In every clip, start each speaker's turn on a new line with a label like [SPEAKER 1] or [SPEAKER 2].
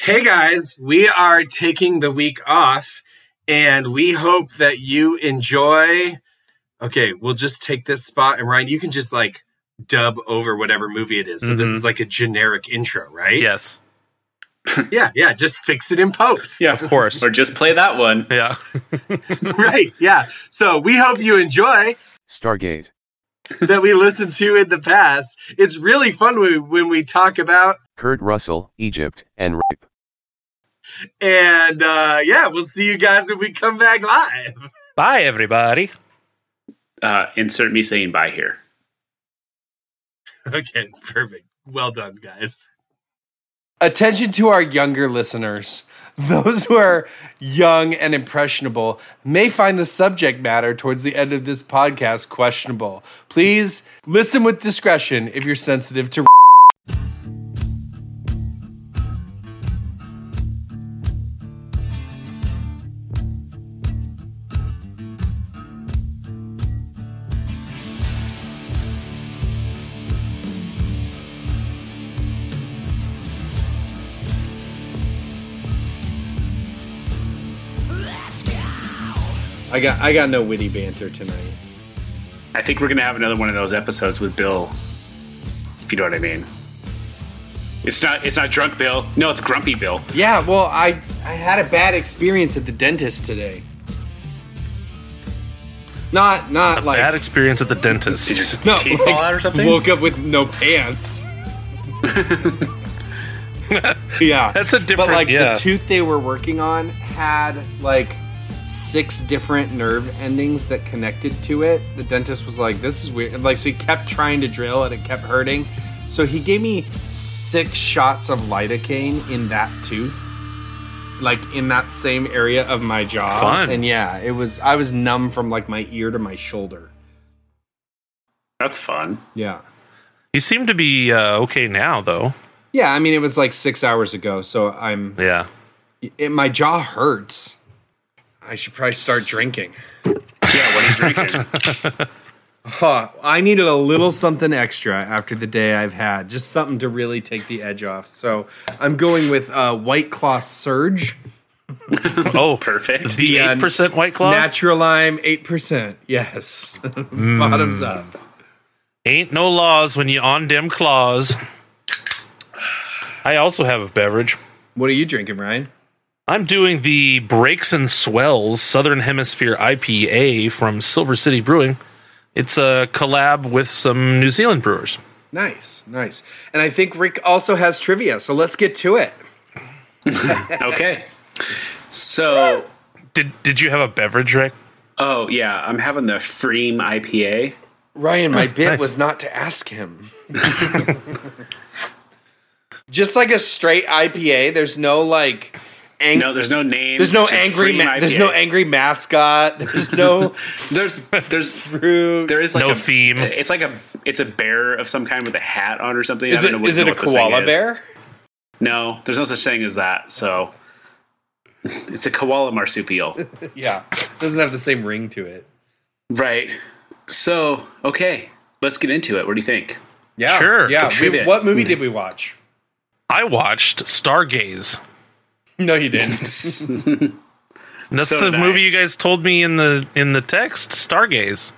[SPEAKER 1] Hey guys, we are taking the week off and we hope that you enjoy. Okay, we'll just take this spot and Ryan, you can just like dub over whatever movie it is. So this
[SPEAKER 2] Mhm.
[SPEAKER 1] is like a generic intro, right?
[SPEAKER 2] Yes.
[SPEAKER 1] Yeah, yeah, just fix it in post.
[SPEAKER 2] Yeah, of course.
[SPEAKER 3] Or just play that one.
[SPEAKER 2] yeah.
[SPEAKER 1] right. Yeah. So we hope you enjoy
[SPEAKER 4] Stargate.
[SPEAKER 1] that we listened to in the past. It's really fun when we, when we talk about
[SPEAKER 4] Kurt Russell, Egypt, and rape.
[SPEAKER 1] and uh yeah, we'll see you guys when we come back live.
[SPEAKER 2] Bye, everybody.
[SPEAKER 3] Uh, insert me saying bye here.
[SPEAKER 1] Okay, perfect. Well done, guys.
[SPEAKER 5] Attention to our younger listeners. Those who are young and impressionable may find the subject matter towards the end of this podcast questionable. Please listen with discretion if you're sensitive to. I got I got no witty banter tonight.
[SPEAKER 3] I think we're gonna have another one of those episodes with Bill. If you know what I mean. It's not it's not drunk Bill. No, it's grumpy Bill.
[SPEAKER 5] Yeah, well, I I had a bad experience at the dentist today. Not not like
[SPEAKER 2] Bad experience at the dentist.
[SPEAKER 5] no,
[SPEAKER 3] teeth
[SPEAKER 5] like,
[SPEAKER 3] fall out or something?
[SPEAKER 5] Woke up with no pants. yeah.
[SPEAKER 2] That's a different.
[SPEAKER 5] But like
[SPEAKER 2] yeah.
[SPEAKER 5] the tooth they were working on had like six different nerve endings that connected to it. The dentist was like, "This is weird." And like, so he kept trying to drill, and it kept hurting. So he gave me six shots of lidocaine in that tooth, like in that same area of my jaw.
[SPEAKER 2] Fun.
[SPEAKER 5] And yeah, it was. I was numb from like my ear to my shoulder.
[SPEAKER 3] That's fun.
[SPEAKER 5] Yeah.
[SPEAKER 2] you seem to be uh, okay now, though.
[SPEAKER 5] Yeah, I mean, it was like six hours ago, so I'm.
[SPEAKER 2] Yeah.
[SPEAKER 5] It, my jaw hurts. I should probably start drinking.
[SPEAKER 3] Yeah, what are you drinking?
[SPEAKER 5] Huh, I needed a little something extra after the day I've had, just something to really take the edge off. So I'm going with uh, White Claw Surge,
[SPEAKER 2] Oh,
[SPEAKER 3] Perfect.
[SPEAKER 2] The
[SPEAKER 5] uh,
[SPEAKER 2] eight percent white claw
[SPEAKER 5] Natural Lime, eight percent. Yes, bottoms up.
[SPEAKER 2] ain't no laws when you on dem claws. I also have a beverage.
[SPEAKER 5] What are you drinking, Ryan?
[SPEAKER 2] I'm doing the Breaks and Swells Southern Hemisphere IPA from Silver City Brewing. It's a collab with some New Zealand brewers.
[SPEAKER 5] Nice, nice. And I think Rick also has trivia, so let's get to it.
[SPEAKER 3] okay. So
[SPEAKER 2] Did Did you have a beverage, Rick?
[SPEAKER 3] oh yeah, I'm having the Freem IPA.
[SPEAKER 5] Ryan, my bit
[SPEAKER 2] nice.
[SPEAKER 5] was not to ask him. just like a straight IPA, there's no like. Ang-
[SPEAKER 3] No, there's no name.
[SPEAKER 5] There's no
[SPEAKER 3] just
[SPEAKER 5] angry.
[SPEAKER 3] Freem
[SPEAKER 5] Ma- there's
[SPEAKER 3] IPA.
[SPEAKER 5] no angry mascot. There's no
[SPEAKER 3] There's there's
[SPEAKER 5] fruit.
[SPEAKER 3] there is like
[SPEAKER 2] No
[SPEAKER 3] a,
[SPEAKER 2] theme.
[SPEAKER 3] It's like a it's a bear of some kind with a hat on or something.
[SPEAKER 5] Is
[SPEAKER 3] I don't
[SPEAKER 5] it
[SPEAKER 3] know what,
[SPEAKER 5] is it
[SPEAKER 3] know
[SPEAKER 5] a
[SPEAKER 3] what this thing
[SPEAKER 5] koala
[SPEAKER 3] is.
[SPEAKER 5] bear?
[SPEAKER 3] No, there's no such thing as that. So it's a koala marsupial.
[SPEAKER 5] Yeah, doesn't have the same ring to it.
[SPEAKER 3] right. So, okay, let's get into it. What do you think?
[SPEAKER 5] Yeah,
[SPEAKER 2] Sure.
[SPEAKER 5] Yeah.
[SPEAKER 3] Let's
[SPEAKER 5] we-
[SPEAKER 3] do it.
[SPEAKER 5] what movie did we watch?
[SPEAKER 2] I watched Stargaze.
[SPEAKER 5] No, you didn't.
[SPEAKER 2] That's
[SPEAKER 3] So
[SPEAKER 2] the
[SPEAKER 3] did I.
[SPEAKER 2] movie you guys told me in the in the text, Stargaze.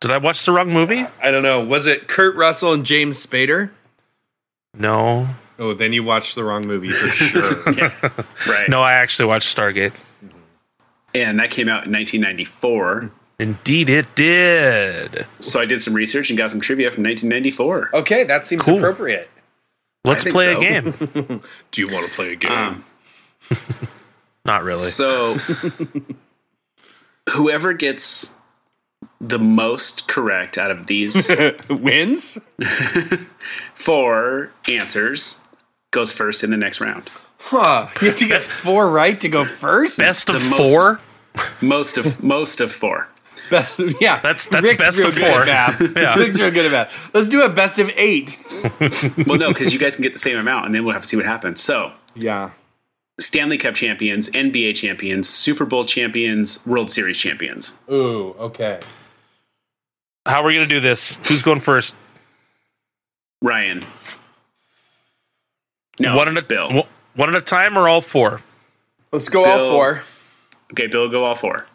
[SPEAKER 2] Did I watch the wrong movie?
[SPEAKER 5] I don't know. Was it Kurt Russell and James Spader?
[SPEAKER 2] No.
[SPEAKER 5] Oh, then you watched the wrong movie for sure.
[SPEAKER 3] Right.
[SPEAKER 2] No, I actually watched Stargate.
[SPEAKER 3] And that came out in 1994.
[SPEAKER 2] Indeed it did.
[SPEAKER 3] So I did some research and got some trivia from 1994.
[SPEAKER 5] okay, that seems
[SPEAKER 2] Cool.
[SPEAKER 5] appropriate.
[SPEAKER 2] Let's
[SPEAKER 3] think
[SPEAKER 2] play
[SPEAKER 3] so.
[SPEAKER 2] a game.
[SPEAKER 5] Do you want to play a game?
[SPEAKER 3] Um,
[SPEAKER 2] Not really.
[SPEAKER 3] so whoever gets the most correct out of these
[SPEAKER 5] Wins?
[SPEAKER 3] four answers goes first in the next round.
[SPEAKER 5] Huh. You have to get four right to go first?
[SPEAKER 2] Best of
[SPEAKER 3] the most-
[SPEAKER 2] 4?
[SPEAKER 3] Most of most of four.
[SPEAKER 5] Best- yeah.
[SPEAKER 2] That's- that's best
[SPEAKER 5] real
[SPEAKER 2] of
[SPEAKER 5] good
[SPEAKER 2] four.
[SPEAKER 5] At math.
[SPEAKER 2] Yeah.
[SPEAKER 5] Rick's real good at math. Let's do a best of eight.
[SPEAKER 3] Well, no, because you guys can get the same amount, and then we'll have to see what happens. So,
[SPEAKER 5] Yeah.
[SPEAKER 3] Stanley Cup champions, NBA champions, Super Bowl champions, World Series champions.
[SPEAKER 5] Ooh, okay.
[SPEAKER 2] How are we going to do this? Who's going first?
[SPEAKER 3] Ryan. No,
[SPEAKER 2] one at a
[SPEAKER 3] Bill.
[SPEAKER 2] one- One at a time or all four?
[SPEAKER 5] Let's go all
[SPEAKER 3] Bill.
[SPEAKER 5] four.
[SPEAKER 3] Okay, Bill, go all four.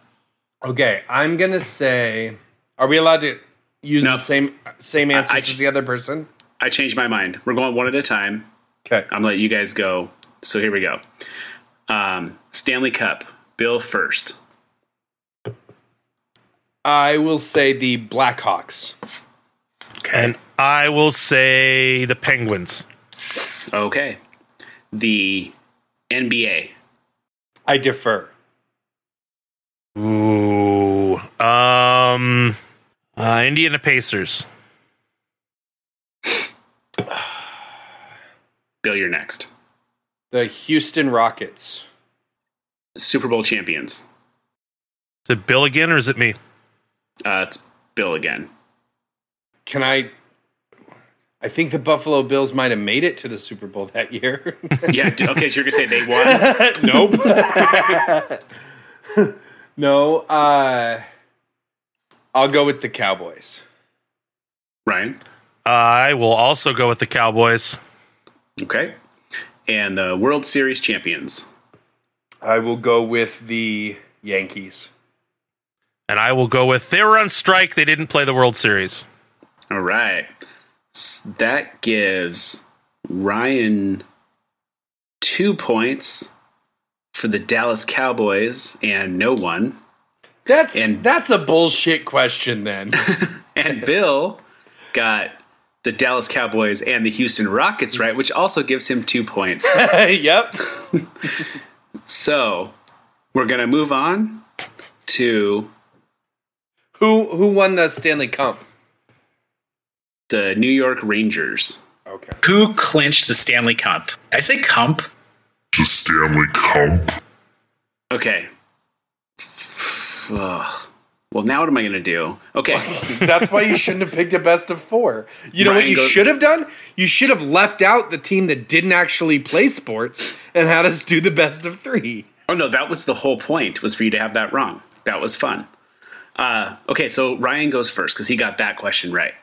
[SPEAKER 5] Okay, I'm gonna say. Are we allowed to use
[SPEAKER 3] No.
[SPEAKER 5] the same same answers
[SPEAKER 3] I-
[SPEAKER 5] as the other person?
[SPEAKER 3] I changed my mind. We're going one at a time.
[SPEAKER 5] Okay.
[SPEAKER 3] I'm gonna let you guys go. So here we go. Um, Stanley Cup. Bill first.
[SPEAKER 5] I will say the Blackhawks.
[SPEAKER 2] And I will say the Penguins.
[SPEAKER 3] Okay. The NBA.
[SPEAKER 5] I defer.
[SPEAKER 2] Ooh. Um. Uh, Indiana Pacers.
[SPEAKER 3] Bill, you're next.
[SPEAKER 5] The Houston Rockets.
[SPEAKER 3] Super Bowl champions.
[SPEAKER 2] Is it Bill again or is it me?
[SPEAKER 3] Uh, it's Bill again.
[SPEAKER 5] Can I? I think the Buffalo Bills might have made it to the Super Bowl that year.
[SPEAKER 3] Yeah. d- Okay. So you're gonna say they won.
[SPEAKER 5] nope. no. Uh, I'll go with the Cowboys.
[SPEAKER 3] Ryan.
[SPEAKER 2] I will also go with the Cowboys.
[SPEAKER 3] Okay. And the World Series champions.
[SPEAKER 5] I will go with the Yankees.
[SPEAKER 2] And I will go with they were on strike. They didn't play the World Series.
[SPEAKER 3] All right. S- That gives Ryan two points for the Dallas Cowboys and no one.
[SPEAKER 5] That's
[SPEAKER 3] And-
[SPEAKER 5] that's a bullshit question. Then
[SPEAKER 3] And Bill got the Dallas Cowboys and the Houston Rockets right, which also gives him two points.
[SPEAKER 5] yep.
[SPEAKER 3] so we're going to move on to
[SPEAKER 5] Who who won the Stanley Cup?
[SPEAKER 3] the New York Rangers.
[SPEAKER 5] Okay.
[SPEAKER 6] Who clinched the Stanley Cup? Did I say Cump?
[SPEAKER 7] The Stanley Cup.
[SPEAKER 3] Okay. Ugh. Well, now what am I going to do? Okay.
[SPEAKER 5] That's why you shouldn't have picked a best of four. You know what
[SPEAKER 3] Ryan
[SPEAKER 5] you
[SPEAKER 3] goes-
[SPEAKER 5] should have done? You should have left out the team that didn't actually play sports and had us do the best of three.
[SPEAKER 3] Oh no, that was the whole point was for you to have that wrong. That was fun. Uh, okay, so Ryan goes first because he got that question right.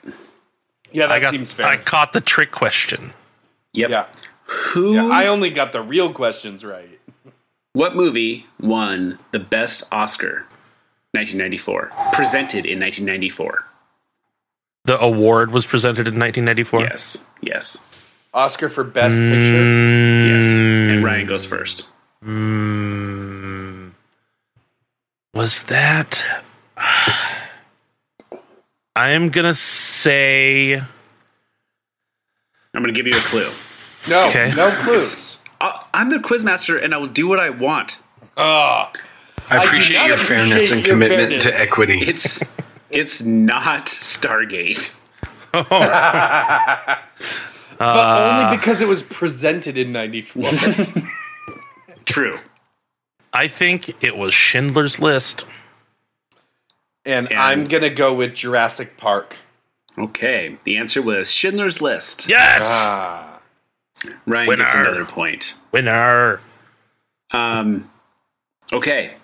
[SPEAKER 5] Yeah, that
[SPEAKER 2] I got.
[SPEAKER 5] seems fair.
[SPEAKER 2] I caught the trick question.
[SPEAKER 3] Yep.
[SPEAKER 5] yeah.
[SPEAKER 3] Who?
[SPEAKER 5] yeah, I only got the real questions right.
[SPEAKER 3] what movie won the best Oscar? 1994. Presented in 1994.
[SPEAKER 2] The award was presented in 1994.
[SPEAKER 3] Yes. Yes.
[SPEAKER 5] Oscar for best picture.
[SPEAKER 3] Yes.
[SPEAKER 6] Hmm.
[SPEAKER 3] And Ryan goes first.
[SPEAKER 2] Was that? I am gonna say
[SPEAKER 3] I'm going to give you a clue.
[SPEAKER 5] No,
[SPEAKER 2] Okay.
[SPEAKER 5] no clues.
[SPEAKER 3] I, I'm the quiz master, and I will do what I want.
[SPEAKER 5] Oh,
[SPEAKER 8] I
[SPEAKER 5] do
[SPEAKER 8] appreciate
[SPEAKER 5] not
[SPEAKER 8] your fairness
[SPEAKER 5] appreciate
[SPEAKER 8] and
[SPEAKER 5] your
[SPEAKER 8] commitment
[SPEAKER 5] fairness.
[SPEAKER 8] to equity.
[SPEAKER 3] It's it's not Stargate.
[SPEAKER 5] but only because it was presented in '94.
[SPEAKER 3] True.
[SPEAKER 2] I think it was Schindler's List.
[SPEAKER 5] and I'm gonna go with Jurassic Park.
[SPEAKER 3] Okay. The answer was Schindler's List.
[SPEAKER 2] Yes,
[SPEAKER 5] Ah,
[SPEAKER 3] Ryan gets
[SPEAKER 2] Winner.
[SPEAKER 3] another point.
[SPEAKER 2] winner.
[SPEAKER 3] Um, okay,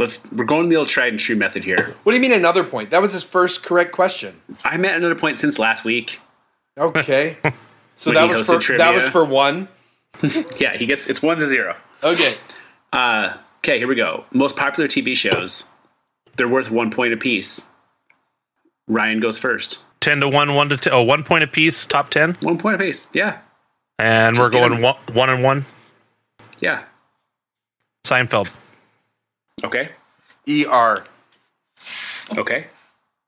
[SPEAKER 3] let's. We're going the old tried and true method here.
[SPEAKER 5] what do you mean another point? That was his first correct question.
[SPEAKER 3] I'm at another point since last week.
[SPEAKER 5] Okay. So
[SPEAKER 3] When
[SPEAKER 5] that
[SPEAKER 3] he
[SPEAKER 5] was
[SPEAKER 3] hosted
[SPEAKER 5] for
[SPEAKER 3] trivia.
[SPEAKER 5] that was for one.
[SPEAKER 3] Yeah, he gets it's one to zero.
[SPEAKER 5] Okay.
[SPEAKER 3] Uh, okay, here we go. Most popular TV shows. They're worth one point apiece. Ryan goes first.
[SPEAKER 2] Ten to one, one to ten, oh, one point apiece. Top ten,
[SPEAKER 3] One point apiece. Yeah,
[SPEAKER 2] and
[SPEAKER 3] Just
[SPEAKER 2] we're
[SPEAKER 3] get
[SPEAKER 2] going
[SPEAKER 3] 'em.
[SPEAKER 2] one, one and one.
[SPEAKER 3] yeah.
[SPEAKER 2] Seinfeld,
[SPEAKER 3] Okay,
[SPEAKER 5] ER.
[SPEAKER 3] okay,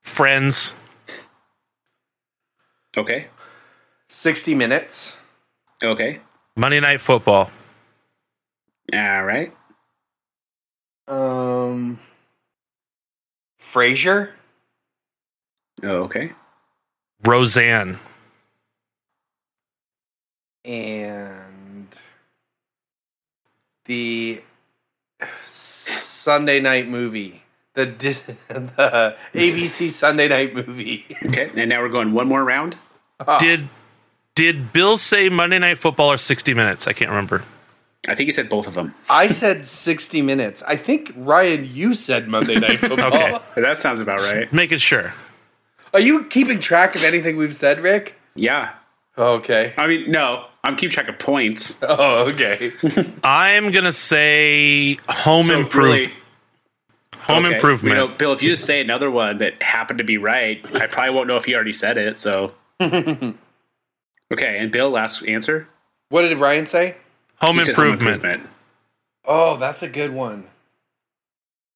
[SPEAKER 2] Friends,
[SPEAKER 3] okay,
[SPEAKER 5] 60 minutes.
[SPEAKER 3] okay.
[SPEAKER 2] Monday Night Football,
[SPEAKER 3] All right.
[SPEAKER 5] Um Frasier?
[SPEAKER 3] Oh, okay.
[SPEAKER 2] Roseanne,
[SPEAKER 5] and the Sunday night movie. The, Dis- the ABC Sunday night movie.
[SPEAKER 3] Okay, and now we're going one more round.
[SPEAKER 2] Did did Bill say Monday Night Football or 60 Minutes? I can't remember.
[SPEAKER 3] I think you said both of them.
[SPEAKER 5] I said 60 minutes. I think Ryan you said Monday night football.
[SPEAKER 2] Okay.
[SPEAKER 3] That sounds about right.
[SPEAKER 2] Making sure.
[SPEAKER 5] Are you keeping track of anything we've said, Rick?
[SPEAKER 3] Yeah.
[SPEAKER 5] Oh, Okay.
[SPEAKER 3] I mean, no, I'm keep track of points.
[SPEAKER 5] Oh, okay.
[SPEAKER 2] I'm gonna say home
[SPEAKER 3] So
[SPEAKER 2] improvement.
[SPEAKER 3] really-
[SPEAKER 2] home
[SPEAKER 3] okay.
[SPEAKER 2] improvement.
[SPEAKER 3] You know, Bill, if you just say another one that happened to be right, I probably won't know if you already said it. So, okay. And Bill, last answer.
[SPEAKER 5] What did Ryan say?
[SPEAKER 2] home,
[SPEAKER 3] You said
[SPEAKER 2] improvement.
[SPEAKER 5] Oh, that's a good one.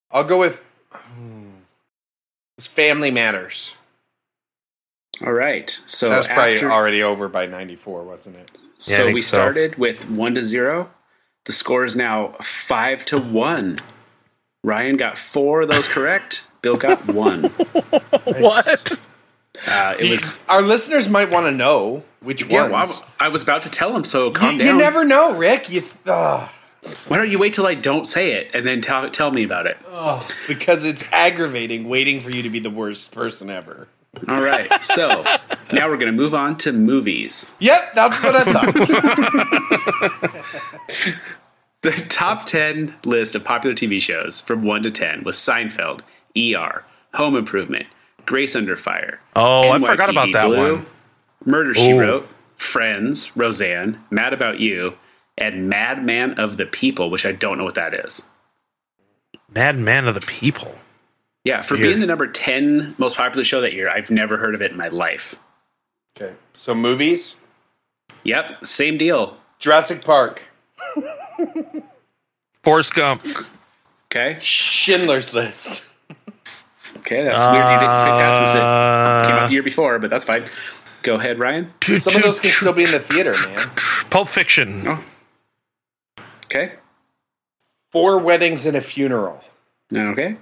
[SPEAKER 5] I'll go with hmm, it's Family Matters.
[SPEAKER 3] All right. So
[SPEAKER 5] That was probably
[SPEAKER 3] after-
[SPEAKER 5] already over by 94, wasn't it?
[SPEAKER 2] Yeah, I
[SPEAKER 3] so
[SPEAKER 2] think
[SPEAKER 3] we
[SPEAKER 2] so.
[SPEAKER 3] started with one to zero. The score is now five to one. Ryan got four of those correct. Bill got one.
[SPEAKER 2] What?
[SPEAKER 3] Uh, it was
[SPEAKER 5] Our listeners might want to know which
[SPEAKER 3] yeah.
[SPEAKER 5] ones.
[SPEAKER 3] Well, I I was about to tell him, so
[SPEAKER 5] You,
[SPEAKER 3] calm
[SPEAKER 5] you
[SPEAKER 3] down.
[SPEAKER 5] never know, Rick. You ugh.
[SPEAKER 3] Why don't you wait till I don't say it and then tell tell me about it?
[SPEAKER 5] because it's aggravating waiting for you to be the worst person ever.
[SPEAKER 3] All right. So now we're going to move on to movies.
[SPEAKER 5] Yep, that's what I thought.
[SPEAKER 3] The top 10 list of popular TV shows from 1 to 10 was Seinfeld, ER, Home Improvement, Grace Under Fire.
[SPEAKER 2] Oh, I
[SPEAKER 3] NYPD
[SPEAKER 2] forgot about that
[SPEAKER 3] Blue,
[SPEAKER 2] one.
[SPEAKER 3] Murder She
[SPEAKER 2] Ooh.
[SPEAKER 3] Wrote, Friends, Roseanne, Mad About You, and Madman of the People, which I don't know what that is.
[SPEAKER 2] Madman of the people.
[SPEAKER 3] Yeah, for
[SPEAKER 2] Weird.
[SPEAKER 3] being the number 10 most popular show that year, I've never heard of it in my life.
[SPEAKER 5] okay, so movies,
[SPEAKER 3] Yep, same deal.
[SPEAKER 5] Jurassic Park,
[SPEAKER 2] Forrest Gump.
[SPEAKER 3] Okay.
[SPEAKER 5] Schindler's List.
[SPEAKER 3] Okay, that's weird. You didn't pick that since it came out
[SPEAKER 2] Uh,
[SPEAKER 3] the year before, but that's fine. Go ahead, Ryan.
[SPEAKER 5] Some of those can still be in the theater, man.
[SPEAKER 2] Pulp Fiction.
[SPEAKER 3] Oh. Okay.
[SPEAKER 5] Four weddings and a funeral.
[SPEAKER 3] Okay.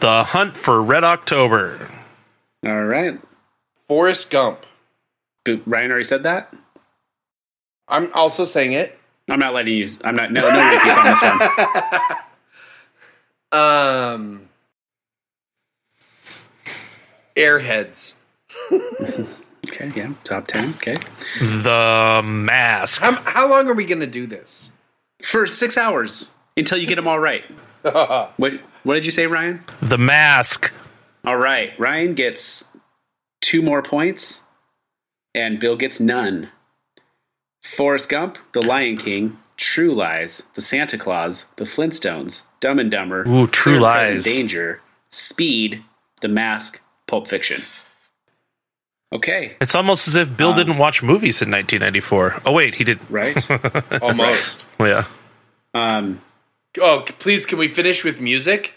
[SPEAKER 2] The Hunt for Red October.
[SPEAKER 3] All right.
[SPEAKER 5] Forrest Gump.
[SPEAKER 3] Bo- Ryan already said that.
[SPEAKER 5] I'm also saying it.
[SPEAKER 3] I'm not letting you. I'm not. No, no repeats on this one.
[SPEAKER 5] Um, Airheads.
[SPEAKER 3] Okay. Yeah. Top ten. Okay.
[SPEAKER 2] The Mask.
[SPEAKER 5] How, Um, how long are we gonna do this?
[SPEAKER 3] For six hours until you get them all right. What What did you say, Ryan?
[SPEAKER 2] The Mask.
[SPEAKER 3] All right. Ryan gets two more points, and Bill gets none. Forrest Gump, The Lion King, True Lies, The Santa Claus, The Flintstones, Dumb and Dumber,
[SPEAKER 2] Ooh, True
[SPEAKER 3] Clear and Present
[SPEAKER 2] Lies.
[SPEAKER 3] Danger, Speed, The Mask, Pulp Fiction. Okay.
[SPEAKER 2] It's almost as if Bill
[SPEAKER 5] Uh.
[SPEAKER 2] didn't watch movies in 1994. Oh wait, he did.
[SPEAKER 3] Right.
[SPEAKER 5] Almost.
[SPEAKER 2] Oh, yeah.
[SPEAKER 3] Um,
[SPEAKER 5] oh, please, can we finish with music?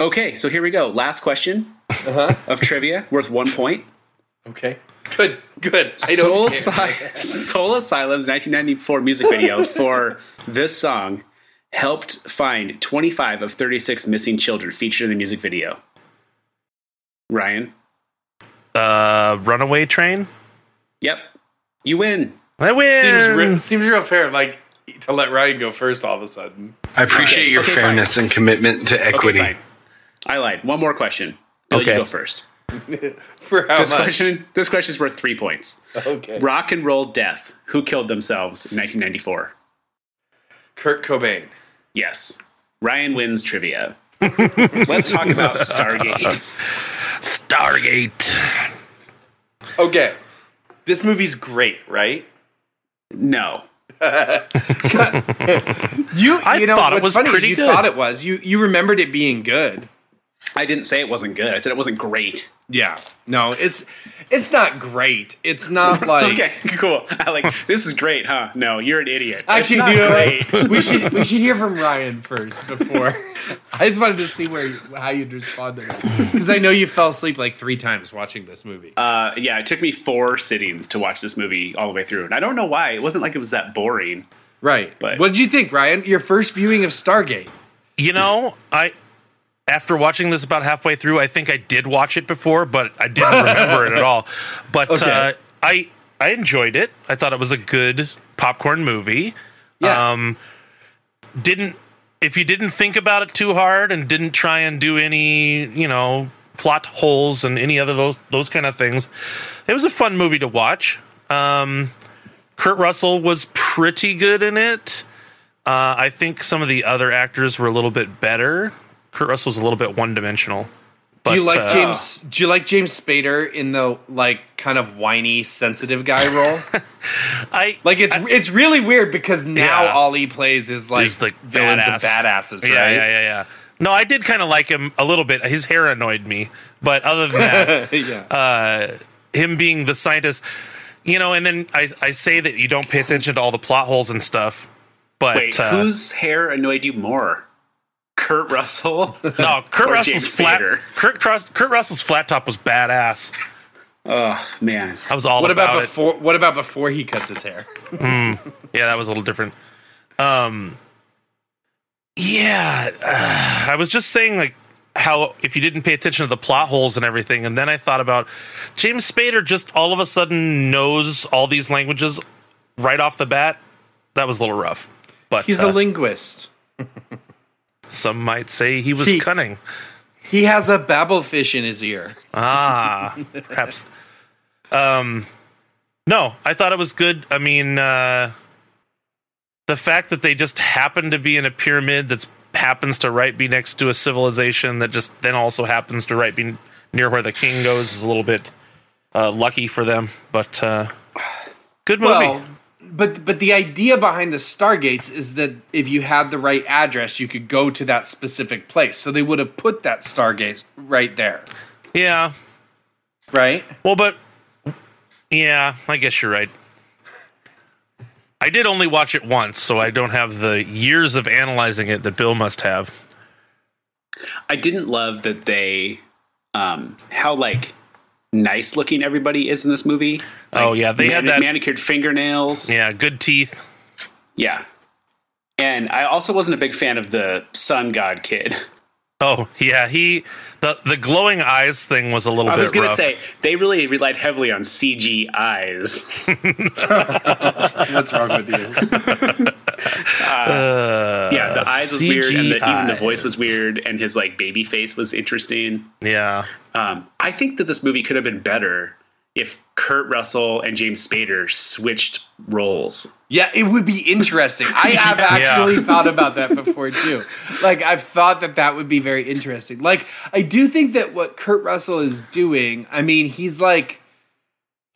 [SPEAKER 3] okay, so here we go. Last question of trivia, worth one point.
[SPEAKER 5] Okay. Good. Good. I
[SPEAKER 3] Soul,
[SPEAKER 5] don't. care.
[SPEAKER 3] Asy- Soul Asylum's 1994 music video for this song helped find 25 of 36 missing children featured in the music video. Ryan?
[SPEAKER 2] Uh, Runaway Train.
[SPEAKER 3] Yep. You win.
[SPEAKER 2] I win.
[SPEAKER 5] seems real, seems real fair. Like to let Ryan go first all of a sudden.
[SPEAKER 1] I appreciate your fairness and commitment to equity.
[SPEAKER 3] fine. I lied. One more question. Bill,
[SPEAKER 2] Okay.
[SPEAKER 3] you go first.
[SPEAKER 5] For how
[SPEAKER 3] This
[SPEAKER 5] much?
[SPEAKER 3] question, this question is worth three points.
[SPEAKER 5] Okay.
[SPEAKER 3] Rock and roll death. Who killed themselves in 1994?
[SPEAKER 5] Kurt Cobain.
[SPEAKER 3] Yes. Ryan wins trivia. Let's talk about Stargate.
[SPEAKER 2] Stargate.
[SPEAKER 5] Okay. This movie's great, right?
[SPEAKER 3] No.
[SPEAKER 5] You,
[SPEAKER 2] I thought it
[SPEAKER 5] what's
[SPEAKER 2] was
[SPEAKER 5] funny is
[SPEAKER 2] pretty
[SPEAKER 5] you
[SPEAKER 2] good.
[SPEAKER 5] thought it was. You you remembered it being good.
[SPEAKER 3] I didn't say it wasn't good. I said it wasn't great.
[SPEAKER 5] Yeah. No, it's it's not great. It's not like
[SPEAKER 3] Okay, cool. I like this is great, huh? No, you're an idiot.
[SPEAKER 5] Actually,
[SPEAKER 3] it's
[SPEAKER 5] you know
[SPEAKER 3] not
[SPEAKER 5] what?
[SPEAKER 3] great.
[SPEAKER 5] we should we should hear from Ryan first before. I just wanted to see where how you'd respond to that because I know you fell asleep like three times watching this movie.
[SPEAKER 3] Uh, yeah, it took me four sittings to watch this movie all the way through, and I don't know why. It wasn't like it was that boring.
[SPEAKER 5] right.
[SPEAKER 3] but-
[SPEAKER 5] what did you think, Ryan? Your first viewing of Stargate.
[SPEAKER 2] You know, I after watching this about halfway through, I think I did watch it before, but I didn't remember it at all. But
[SPEAKER 5] Okay.
[SPEAKER 2] uh, I I enjoyed it. I thought it was a good popcorn movie.
[SPEAKER 5] Yeah.
[SPEAKER 2] Um, didn't if you didn't think about it too hard and didn't try and do any you know plot holes and any other those those kind of things, it was a fun movie to watch. Um, Kurt Russell was pretty good in it. Uh, I think some of the other actors were a little bit better. Kurt Russell's a little bit one dimensional.
[SPEAKER 5] do you like
[SPEAKER 2] uh,
[SPEAKER 5] James? Do you like James Spader in the like kind of whiny, sensitive guy role?
[SPEAKER 2] I
[SPEAKER 5] like it's it's really weird because now
[SPEAKER 2] Yeah.
[SPEAKER 5] all he plays is like,
[SPEAKER 2] He's, like,
[SPEAKER 5] villains
[SPEAKER 2] badass.
[SPEAKER 5] and badasses, right?
[SPEAKER 2] Yeah, yeah, yeah, yeah. No, I did kind of like him a little bit. His hair annoyed me, but other than that,
[SPEAKER 5] Yeah.
[SPEAKER 2] uh, him being the scientist, you know. And then I, I say that you don't pay attention to all the plot holes and stuff, but
[SPEAKER 3] Wait,
[SPEAKER 2] uh,
[SPEAKER 3] whose hair annoyed you more? Kurt Russell?
[SPEAKER 2] no, Kurt
[SPEAKER 3] or
[SPEAKER 2] Russell's
[SPEAKER 3] James
[SPEAKER 2] flat.
[SPEAKER 3] Spader?
[SPEAKER 2] Kurt, Crus- Kurt Russell's flat top was badass.
[SPEAKER 3] oh, man.
[SPEAKER 2] I was all
[SPEAKER 5] what about,
[SPEAKER 2] about it.
[SPEAKER 5] before? What about before he cuts his hair?
[SPEAKER 2] Yeah, that was a little different. Um, yeah, uh, I was just saying like how if you didn't pay attention to the plot holes and everything, and then I thought about James Spader just all of a sudden knows all these languages right off the bat. That was a little rough, but
[SPEAKER 5] He's
[SPEAKER 2] uh,
[SPEAKER 5] a linguist.
[SPEAKER 2] some might say he was
[SPEAKER 5] He-
[SPEAKER 2] cunning.
[SPEAKER 5] He has a babblefish in his ear.
[SPEAKER 2] Ah, perhaps. Um, no, I thought it was good. I mean, uh, the fact that they just happen to be in a pyramid that's happens to right be next to a civilization that just then also happens to right be near where the king goes is a little bit uh, lucky for them, but uh, good movie.
[SPEAKER 5] Well, but but the idea behind the Stargates is that if you had the right address, you could go to that specific place. So they would have put that Stargate right there,
[SPEAKER 2] yeah.
[SPEAKER 5] right?
[SPEAKER 2] Well, but yeah, I guess you're right. I did only watch it once, so I don't have the years of analyzing it that Bill must have.
[SPEAKER 3] I didn't love that they, um, how like nice looking everybody is in this movie.
[SPEAKER 2] oh yeah, they had
[SPEAKER 3] Mani-
[SPEAKER 2] that.
[SPEAKER 3] manicured fingernails.
[SPEAKER 2] yeah, good teeth.
[SPEAKER 3] Yeah. And I also wasn't a big fan of the sun god kid.
[SPEAKER 2] Oh yeah, he the the glowing eyes thing was a little
[SPEAKER 3] I
[SPEAKER 2] bit
[SPEAKER 3] was going to
[SPEAKER 2] rough.
[SPEAKER 3] say they really relied heavily on CG eyes.
[SPEAKER 5] What's wrong with you?
[SPEAKER 2] Uh,
[SPEAKER 3] yeah, the eyes was weird, and the, even the
[SPEAKER 2] CGI.
[SPEAKER 3] voice was weird, and his like baby face was interesting.
[SPEAKER 2] yeah,
[SPEAKER 3] Um, I think that this movie could have been better if Kurt Russell and James Spader switched roles.
[SPEAKER 5] Yeah, it would be interesting. I have actually thought about that before too. Like I've thought that that would be very interesting. Like I do think that what Kurt Russell is doing, I mean, he's like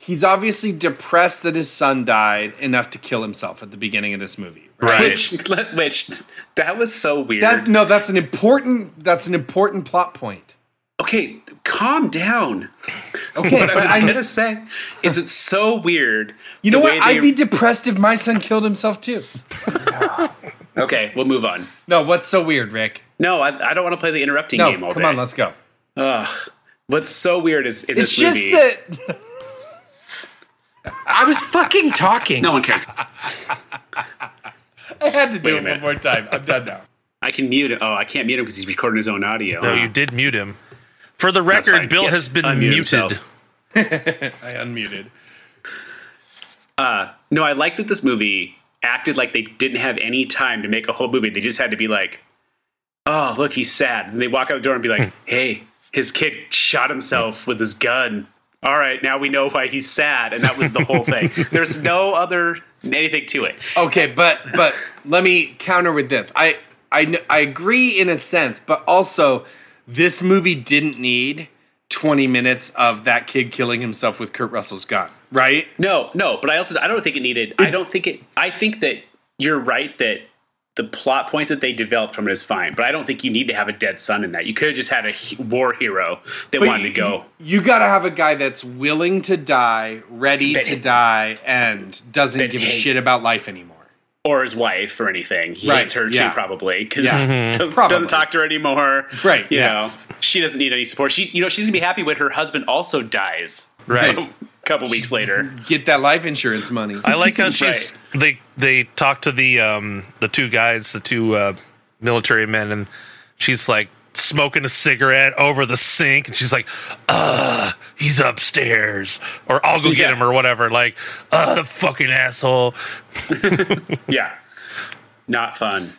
[SPEAKER 5] he's obviously depressed that his son died enough to kill himself at the beginning of this movie. Right?
[SPEAKER 2] right.
[SPEAKER 3] Which, which that was so weird.
[SPEAKER 5] That no, that's an important that's an important plot point.
[SPEAKER 3] okay, calm down.
[SPEAKER 5] Okay,
[SPEAKER 3] What I
[SPEAKER 5] but
[SPEAKER 3] was
[SPEAKER 5] I,
[SPEAKER 3] gonna say is it's so weird.
[SPEAKER 5] you know
[SPEAKER 3] the
[SPEAKER 5] what?
[SPEAKER 3] way
[SPEAKER 5] I'd
[SPEAKER 3] they-
[SPEAKER 5] be depressed if my son killed himself too.
[SPEAKER 3] okay. We'll move on.
[SPEAKER 5] No, what's so weird, Rick?
[SPEAKER 3] No, I, I don't want to play the interrupting
[SPEAKER 5] No,
[SPEAKER 3] game all
[SPEAKER 5] come
[SPEAKER 3] day.
[SPEAKER 5] on, let's go.
[SPEAKER 3] Ugh. What's so weird is in
[SPEAKER 5] It's
[SPEAKER 3] this
[SPEAKER 5] just
[SPEAKER 3] movie.
[SPEAKER 5] that
[SPEAKER 8] I was fucking talking.
[SPEAKER 3] no one cares.
[SPEAKER 5] I had to do it
[SPEAKER 3] Wait a
[SPEAKER 5] one
[SPEAKER 3] minute.
[SPEAKER 5] more time. I'm done now.
[SPEAKER 3] I can mute it. Oh, I can't mute him because he's recording his own audio.
[SPEAKER 2] No, you did mute him. For the
[SPEAKER 3] fine.
[SPEAKER 2] record, Bill
[SPEAKER 3] Yes,
[SPEAKER 2] has been
[SPEAKER 3] unmute
[SPEAKER 2] muted.
[SPEAKER 3] himself.
[SPEAKER 5] I unmuted.
[SPEAKER 3] No, I like that this movie acted like they didn't have any time to make a whole movie. They just had to be like, "Oh, look, he's sad." And they walk out the door and be like, "Hey, his kid shot himself with his gun." All right, now we know why he's sad, and that was the whole thing. There's no other anything to it.
[SPEAKER 5] Okay, but but let me counter with this. I I kn- I agree in a sense, but also this movie didn't need 20 minutes of that kid killing himself with Kurt Russell's gun, right?
[SPEAKER 3] No, no, but I also I don't think it needed. I don't think it. I think that you're right that the plot point that they developed from it is fine, but I don't think you need to have a dead son in that. You could have just had a he- war hero that wanted to
[SPEAKER 5] you-
[SPEAKER 3] go.
[SPEAKER 5] You got to have a guy that's willing to die, ready
[SPEAKER 3] That-
[SPEAKER 5] to die and doesn't give a
[SPEAKER 3] hate-
[SPEAKER 5] shit about life anymore.
[SPEAKER 3] or his wife or anything. He
[SPEAKER 5] Right,
[SPEAKER 3] hates her
[SPEAKER 5] yeah.
[SPEAKER 3] too, probably because
[SPEAKER 5] Yeah. Mm-hmm.
[SPEAKER 3] doesn't,
[SPEAKER 5] Probably.
[SPEAKER 3] doesn't talk to her anymore.
[SPEAKER 5] Right,
[SPEAKER 3] You
[SPEAKER 5] yeah.
[SPEAKER 3] know, she doesn't need any support. She's you know she's gonna be happy when her husband also dies.
[SPEAKER 2] Right.
[SPEAKER 3] A couple weeks later.
[SPEAKER 5] Get that life insurance money.
[SPEAKER 2] I like how she's they they talk to the um the two guys, the two uh military men and she's like smoking a cigarette over the sink and she's like, uh, he's upstairs or I'll go get
[SPEAKER 3] Yeah.
[SPEAKER 2] him or whatever. Like, uh the fucking asshole.
[SPEAKER 3] Yeah. Not fun.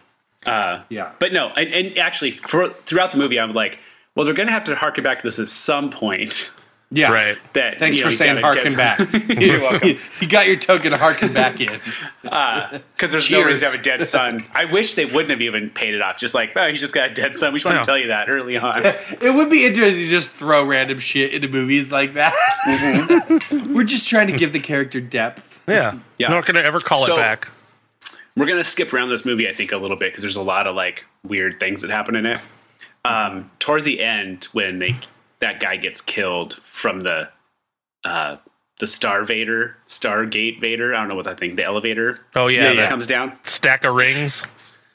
[SPEAKER 5] yeah.
[SPEAKER 3] But no, and, and actually for, throughout the movie I'm like, well they're gonna have to harken back to this at some point.
[SPEAKER 5] Yeah.
[SPEAKER 2] Right.
[SPEAKER 3] That
[SPEAKER 5] Thanks
[SPEAKER 3] you know,
[SPEAKER 5] for
[SPEAKER 3] you
[SPEAKER 5] saying
[SPEAKER 3] gotta
[SPEAKER 5] harken
[SPEAKER 3] get-
[SPEAKER 5] back.
[SPEAKER 3] You're welcome.
[SPEAKER 5] you got your token to harken back in.
[SPEAKER 3] Because there's no reason to
[SPEAKER 5] Cheers.
[SPEAKER 3] have a dead son. I wish they wouldn't have even paid it off. Just like, oh, he's just got a dead son. We just want
[SPEAKER 2] Yeah.
[SPEAKER 3] to tell you that early on.
[SPEAKER 5] It would be interesting to just throw random shit into movies like that. We're just trying to give the character depth.
[SPEAKER 2] Yeah.
[SPEAKER 3] Yeah.
[SPEAKER 2] Not going to ever call
[SPEAKER 3] So-
[SPEAKER 2] it back.
[SPEAKER 3] We're gonna skip around this movie, I think, a little bit because there's a lot of like weird things that happen in it. Um, toward the end, when they that guy gets killed from the uh, the Star Vader, Stargate Vader. I don't know what that thing, the elevator.
[SPEAKER 2] Oh, yeah,
[SPEAKER 3] that
[SPEAKER 2] that-
[SPEAKER 3] comes down.
[SPEAKER 2] Stack of rings.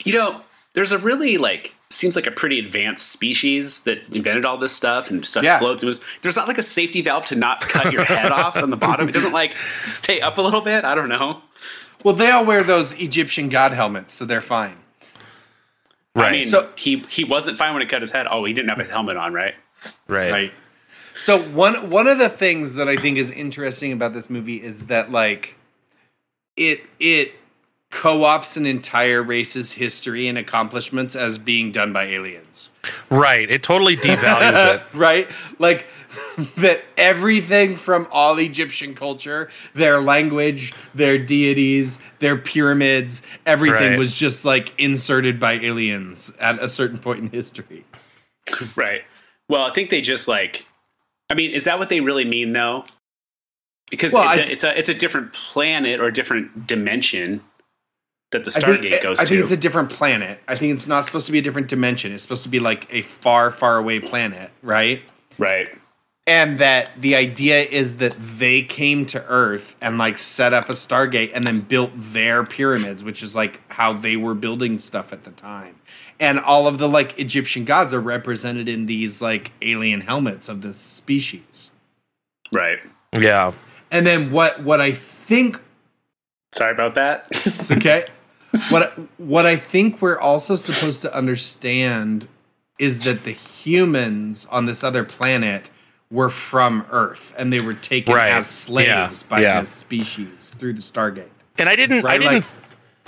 [SPEAKER 3] You know, there's a really like seems like a pretty advanced species that invented all this stuff and stuff
[SPEAKER 5] Yeah.
[SPEAKER 3] floats. It was, there's not like a safety valve to not cut your head off on the bottom. It doesn't like stay up a little bit. I don't know.
[SPEAKER 5] Well, they all wear those Egyptian god helmets, so they're fine.
[SPEAKER 2] Right.
[SPEAKER 3] I mean,
[SPEAKER 5] So-
[SPEAKER 3] he he wasn't fine when it cut his head. Oh, he didn't have a helmet on, right?
[SPEAKER 2] right.
[SPEAKER 5] So one one of the things that I think is interesting about this movie is that like it it co-ops an entire race's history and accomplishments as being done by aliens.
[SPEAKER 2] Right. It totally devalues it.
[SPEAKER 5] right? Like that everything from all Egyptian culture, their language, their deities, their pyramids, everything
[SPEAKER 2] Right.
[SPEAKER 5] was just like inserted by aliens at a certain point in history.
[SPEAKER 3] Right. Well, I think they just like. I mean, is that what they really mean though? Because
[SPEAKER 5] Well,
[SPEAKER 3] it's,
[SPEAKER 5] I-
[SPEAKER 3] a, it's a it's a different planet or a different dimension that the
[SPEAKER 5] I
[SPEAKER 3] Stargate
[SPEAKER 5] think, I-
[SPEAKER 3] goes
[SPEAKER 5] I
[SPEAKER 3] to.
[SPEAKER 5] think it's a different planet. I think it's not supposed to be a different dimension. It's supposed to be like a far, far away planet, right?
[SPEAKER 3] right.
[SPEAKER 5] And that the idea is that they came to Earth and like set up a Stargate and then built their pyramids, which is like how they were building stuff at the time. And all of the like Egyptian gods are represented in these like alien helmets of this species.
[SPEAKER 3] Right.
[SPEAKER 2] Yeah.
[SPEAKER 5] And then what what I think
[SPEAKER 3] Sorry about that.
[SPEAKER 5] It's okay. what what I think we're also supposed to understand is that the humans on this other planet were from Earth and they were taken
[SPEAKER 2] Right.
[SPEAKER 5] as slaves
[SPEAKER 2] Yeah.
[SPEAKER 5] by
[SPEAKER 2] Yeah.
[SPEAKER 5] this species through the Stargate.
[SPEAKER 2] And I didn't I
[SPEAKER 5] Right,
[SPEAKER 2] didn't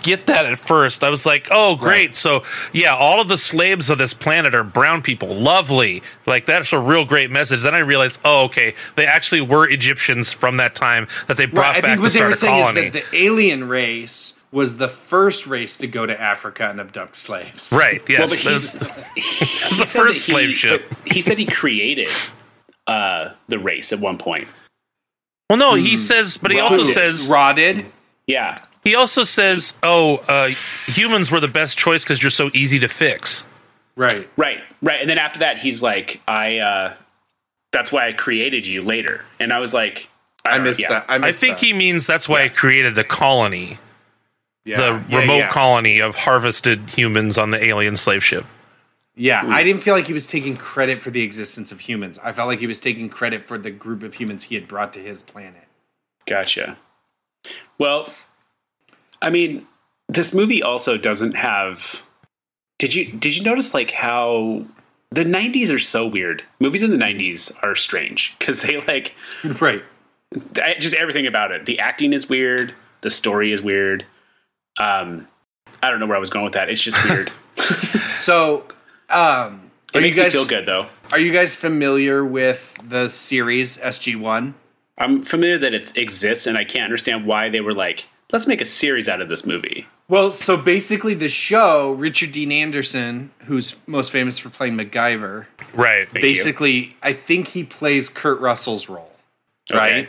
[SPEAKER 2] get that at first. I was like, "Oh, great.
[SPEAKER 5] Right.
[SPEAKER 2] So, yeah, all of the slaves of this planet are brown people. Lovely." Like that's a real great message. Then I realized, "Oh, okay. They actually were Egyptians from that time that they brought
[SPEAKER 5] I think
[SPEAKER 2] back to
[SPEAKER 5] what they were
[SPEAKER 2] start a
[SPEAKER 5] saying
[SPEAKER 2] colony."
[SPEAKER 5] is that the alien race was the first race to go to Africa and abduct slaves.
[SPEAKER 2] right.
[SPEAKER 3] Well,
[SPEAKER 2] Yes.
[SPEAKER 3] but
[SPEAKER 2] that
[SPEAKER 3] he's-
[SPEAKER 2] was-
[SPEAKER 3] he
[SPEAKER 2] the
[SPEAKER 3] said
[SPEAKER 2] first
[SPEAKER 3] that he-
[SPEAKER 2] slave ship.
[SPEAKER 3] but He said he created uh, the race at one point.
[SPEAKER 2] well, no,
[SPEAKER 5] Hmm.
[SPEAKER 2] he says, but he also
[SPEAKER 3] Rotted.
[SPEAKER 2] says
[SPEAKER 5] Rotted.
[SPEAKER 3] Yeah,
[SPEAKER 2] he also says, "Oh, uh, humans were the best choice cuz you're so easy to fix."
[SPEAKER 5] Right.
[SPEAKER 3] right, right. And then after that, he's like, "I." Uh, that's why I created you later. And I was like,
[SPEAKER 5] I missed
[SPEAKER 3] yeah.
[SPEAKER 5] that. I,
[SPEAKER 2] I
[SPEAKER 5] missed
[SPEAKER 2] think
[SPEAKER 5] that.
[SPEAKER 2] he means that's why I created the colony.
[SPEAKER 5] Yeah.
[SPEAKER 2] the
[SPEAKER 5] Yeah,
[SPEAKER 2] remote
[SPEAKER 5] yeah.
[SPEAKER 2] colony of harvested humans on the alien slave ship.
[SPEAKER 5] Yeah, I didn't feel like he was taking credit for the existence of humans. I felt like he was taking credit for the group of humans he had brought to his planet.
[SPEAKER 3] Gotcha. Well, I mean, this movie also doesn't have. Did you did you notice like how the '90s are so weird? Movies in the '90s are strange because they like
[SPEAKER 5] Right.
[SPEAKER 3] I- just everything about it. The acting is weird. The story is weird. Um, I don't know where I was going with that. It's just weird.
[SPEAKER 5] So, um,
[SPEAKER 3] it
[SPEAKER 5] are you
[SPEAKER 3] makes
[SPEAKER 5] guys
[SPEAKER 3] me feel good though.
[SPEAKER 5] are you guys familiar with the series SG One?
[SPEAKER 3] I'm familiar that it exists, and I can't understand why they were like, "Let's make a series out of this movie."
[SPEAKER 5] Well, so basically, the show Richard Dean Anderson, who's most famous for playing MacGyver,
[SPEAKER 2] Right.
[SPEAKER 3] you.
[SPEAKER 5] basically, I think he plays Kurt Russell's role. Right.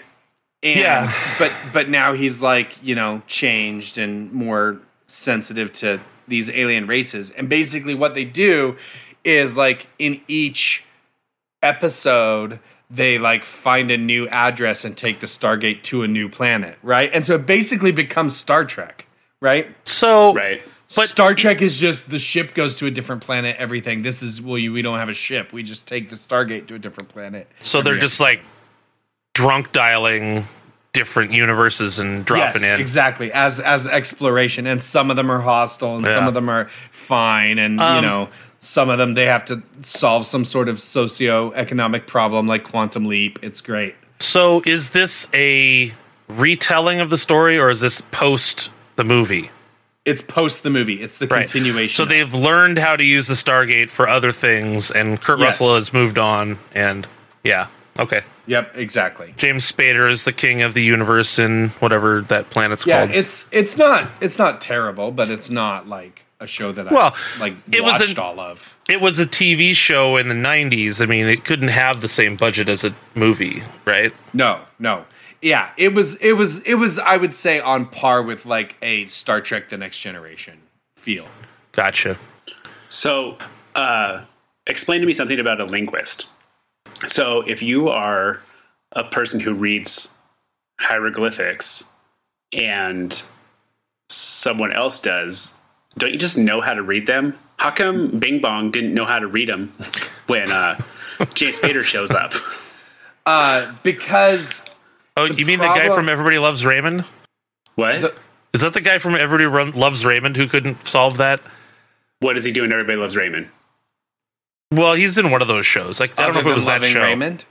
[SPEAKER 5] And,
[SPEAKER 2] Yeah.
[SPEAKER 5] But but now he's like, you know, changed and more sensitive to these alien races. And basically what they do is like in each episode they like find a new address and take the Stargate to a new planet, right? And so it basically becomes Star Trek, right?
[SPEAKER 2] So
[SPEAKER 3] Right.
[SPEAKER 2] But-
[SPEAKER 5] Star Trek is just the ship goes to a different planet, everything. This is well, you, we don't have a ship. We just take the Stargate to a different planet.
[SPEAKER 2] so they're just like drunk dialing different universes and dropping
[SPEAKER 5] Yes,
[SPEAKER 2] in.
[SPEAKER 5] exactly as as exploration and some of them are hostile and some
[SPEAKER 2] Yeah.
[SPEAKER 5] of them are fine and you
[SPEAKER 2] Um,
[SPEAKER 5] know some of them they have to solve some sort of socio-economic problem like quantum leap it's great
[SPEAKER 2] So is this a retelling of the story or is this post the movie?
[SPEAKER 5] it's post the movie it's the continuation
[SPEAKER 2] So they've learned how to use the Stargate for other things and Kurt
[SPEAKER 5] Yes.
[SPEAKER 2] Russell has moved on and yeah. Okay.
[SPEAKER 5] Yep, exactly.
[SPEAKER 2] James Spader is the king of the universe in whatever that planet's
[SPEAKER 5] Yeah,
[SPEAKER 2] called.
[SPEAKER 5] it's it's not it's not terrible, but it's not like a show that I
[SPEAKER 2] Well,
[SPEAKER 5] like
[SPEAKER 2] it was
[SPEAKER 5] watched
[SPEAKER 2] an-
[SPEAKER 5] all of.
[SPEAKER 2] it was a TV show in the 90s. I mean, it couldn't have the same budget as a movie, right?
[SPEAKER 5] No, no. Yeah, it was it was it was I would say on par with like a Star Trek the Next Generation feel.
[SPEAKER 2] Gotcha.
[SPEAKER 3] So, uh, explain to me something about a linguist. So, if you are a person who reads hieroglyphics and someone else does, don't you just know how to read them? How come Bing Bong didn't know how to read them when uh, Jay Spader shows up?
[SPEAKER 5] Uh because
[SPEAKER 2] Oh, you mean the guy
[SPEAKER 5] problem-
[SPEAKER 2] from Everybody Loves Raymond?
[SPEAKER 3] What?
[SPEAKER 5] The-
[SPEAKER 2] Is that the guy from Everybody Run- Loves Raymond who couldn't solve that?
[SPEAKER 3] what does he do in Everybody Loves Raymond?
[SPEAKER 2] Well, he's in one of those shows. Like I don't
[SPEAKER 5] other
[SPEAKER 2] know if it
[SPEAKER 5] than
[SPEAKER 2] was that
[SPEAKER 5] Loving
[SPEAKER 2] show.
[SPEAKER 5] Raymond,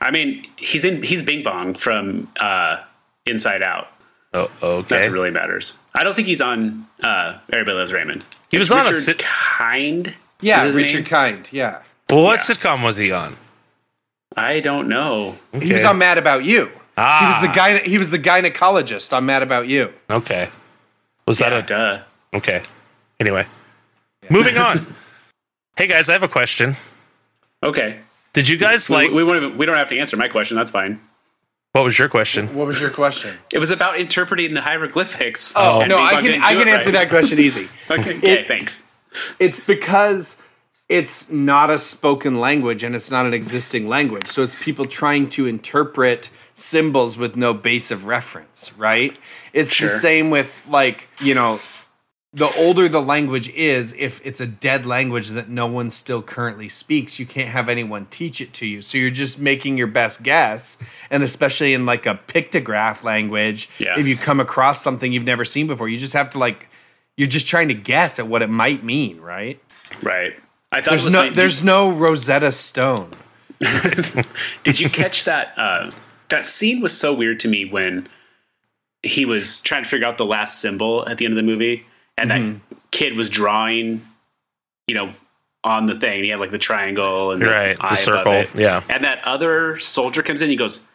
[SPEAKER 3] I mean, he's in he's Bing Bong from uh, Inside Out.
[SPEAKER 2] Oh, okay.
[SPEAKER 3] That's what really matters. I don't think he's on uh, Everybody Loves Raymond.
[SPEAKER 2] He
[SPEAKER 3] It's
[SPEAKER 2] was on a
[SPEAKER 3] Richard
[SPEAKER 2] sit-
[SPEAKER 3] Kind.
[SPEAKER 5] yeah,
[SPEAKER 3] is his
[SPEAKER 5] Richard
[SPEAKER 3] name?
[SPEAKER 5] Kind, yeah.
[SPEAKER 2] well, what
[SPEAKER 3] yeah.
[SPEAKER 2] sitcom was he on?
[SPEAKER 3] I don't know.
[SPEAKER 5] He was
[SPEAKER 2] Okay.
[SPEAKER 5] on Mad About You.
[SPEAKER 2] Ah.
[SPEAKER 5] He was the guy he was the gynecologist on Mad About You.
[SPEAKER 2] Okay. Was
[SPEAKER 3] Yeah,
[SPEAKER 2] that
[SPEAKER 3] duh.
[SPEAKER 2] a okay? Anyway, moving on. hey guys, I have a question.
[SPEAKER 3] Okay.
[SPEAKER 2] Did you guys
[SPEAKER 3] We-
[SPEAKER 2] like?
[SPEAKER 3] we, we, we don't have to answer my question. That's fine.
[SPEAKER 2] what was your question?
[SPEAKER 5] What was your question?
[SPEAKER 3] It was about interpreting the hieroglyphics.
[SPEAKER 5] Oh,
[SPEAKER 3] And
[SPEAKER 5] no,
[SPEAKER 3] Bing
[SPEAKER 5] I
[SPEAKER 3] Bong
[SPEAKER 5] can
[SPEAKER 3] didn't
[SPEAKER 5] I
[SPEAKER 3] do
[SPEAKER 5] can
[SPEAKER 3] it
[SPEAKER 5] answer
[SPEAKER 3] right.
[SPEAKER 5] that question easy.
[SPEAKER 3] Okay, okay
[SPEAKER 5] It-
[SPEAKER 3] thanks.
[SPEAKER 5] It's because it's not a spoken language and it's not an existing language. So it's people trying to interpret symbols with no base of reference, right? It's
[SPEAKER 3] Sure.
[SPEAKER 5] the same with like, you know, the older the language is, if it's a dead language that no one still currently speaks, you can't have anyone teach it to you. So you're just making your best guess. And especially in like a pictograph language,
[SPEAKER 3] Yeah.
[SPEAKER 5] if you come across something you've never seen before, you just have to like, you're just trying to guess at what it might mean, right?
[SPEAKER 3] Right. I thought it
[SPEAKER 5] There's
[SPEAKER 3] was
[SPEAKER 5] no,
[SPEAKER 3] funny.
[SPEAKER 5] there's no Rosetta Stone.
[SPEAKER 3] Did you catch that? Uh, that scene was so weird to me when he was trying to figure out the last symbol at the end of the movie, and that kid was drawing, you know, on the thing. He had like the triangle and the,
[SPEAKER 2] Right, the
[SPEAKER 3] eye above
[SPEAKER 2] circle,
[SPEAKER 3] it.
[SPEAKER 2] yeah.
[SPEAKER 3] And that other soldier comes in. He goes,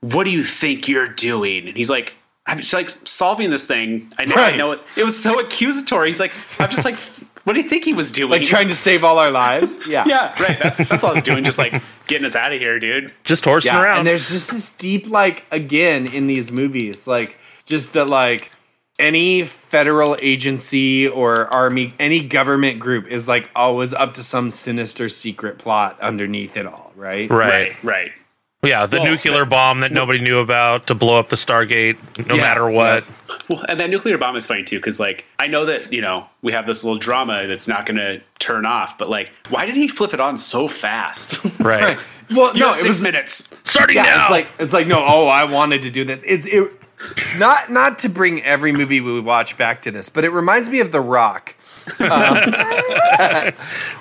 [SPEAKER 3] "What do you think you're doing?" And he's like. I'm just like solving this thing. I know, I
[SPEAKER 5] Right.
[SPEAKER 3] know it. It was so accusatory. He's like, I'm just like, what do you think he was doing?
[SPEAKER 5] Like trying to save all our lives. Yeah.
[SPEAKER 3] yeah, right. That's that's all I was doing. Just like getting us out of here, dude.
[SPEAKER 2] Just horsing
[SPEAKER 5] Yeah,
[SPEAKER 2] around.
[SPEAKER 5] And there's just this deep, like, again, in these movies, like, just that, like, any federal agency or army, any government group is, like, always up to some sinister secret plot underneath it all, right?
[SPEAKER 2] right.
[SPEAKER 3] right. right.
[SPEAKER 2] Yeah, the
[SPEAKER 3] Well,
[SPEAKER 2] nuclear bomb that nobody knew about to blow up the Stargate, no
[SPEAKER 5] Yeah,
[SPEAKER 2] matter what.
[SPEAKER 3] Well, and that nuclear bomb is funny too, because like I know that you know we have this little drama that's not going to turn off, but like, why did he flip it on so fast?
[SPEAKER 2] Right.
[SPEAKER 5] Right. Well,
[SPEAKER 3] you
[SPEAKER 5] no,
[SPEAKER 3] have
[SPEAKER 5] it
[SPEAKER 3] six
[SPEAKER 5] was
[SPEAKER 3] minutes.
[SPEAKER 2] Starting
[SPEAKER 5] yeah,
[SPEAKER 2] now.
[SPEAKER 5] it's like it's like no, oh, I wanted to do this. It's it, not not to bring every movie we watch back to this, but it reminds me of The Rock.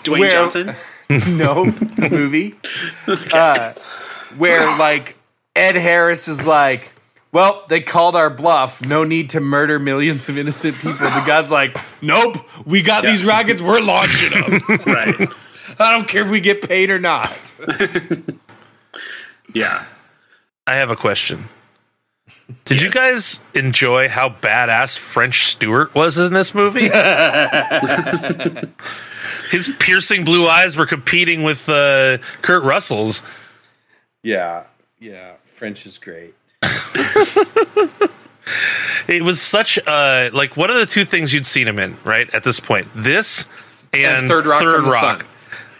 [SPEAKER 3] Dwayne
[SPEAKER 5] Where-
[SPEAKER 3] Johnson.
[SPEAKER 5] no movie uh, where like Ed Harris is like, well, they called our bluff. No need to murder millions of innocent people. The guy's like, nope, we got these rockets. We're launching them.
[SPEAKER 3] right.
[SPEAKER 5] I don't care if we get paid or not.
[SPEAKER 3] Yeah.
[SPEAKER 2] I have a question. Did you guys enjoy how badass French Stewart was in this movie? His piercing blue eyes were competing with uh, Kurt Russell's.
[SPEAKER 5] Yeah, yeah. French is great.
[SPEAKER 2] It was such a like. What are the two things you'd seen him in? Right at this point, this and, Third Rock.
[SPEAKER 5] from the Sun.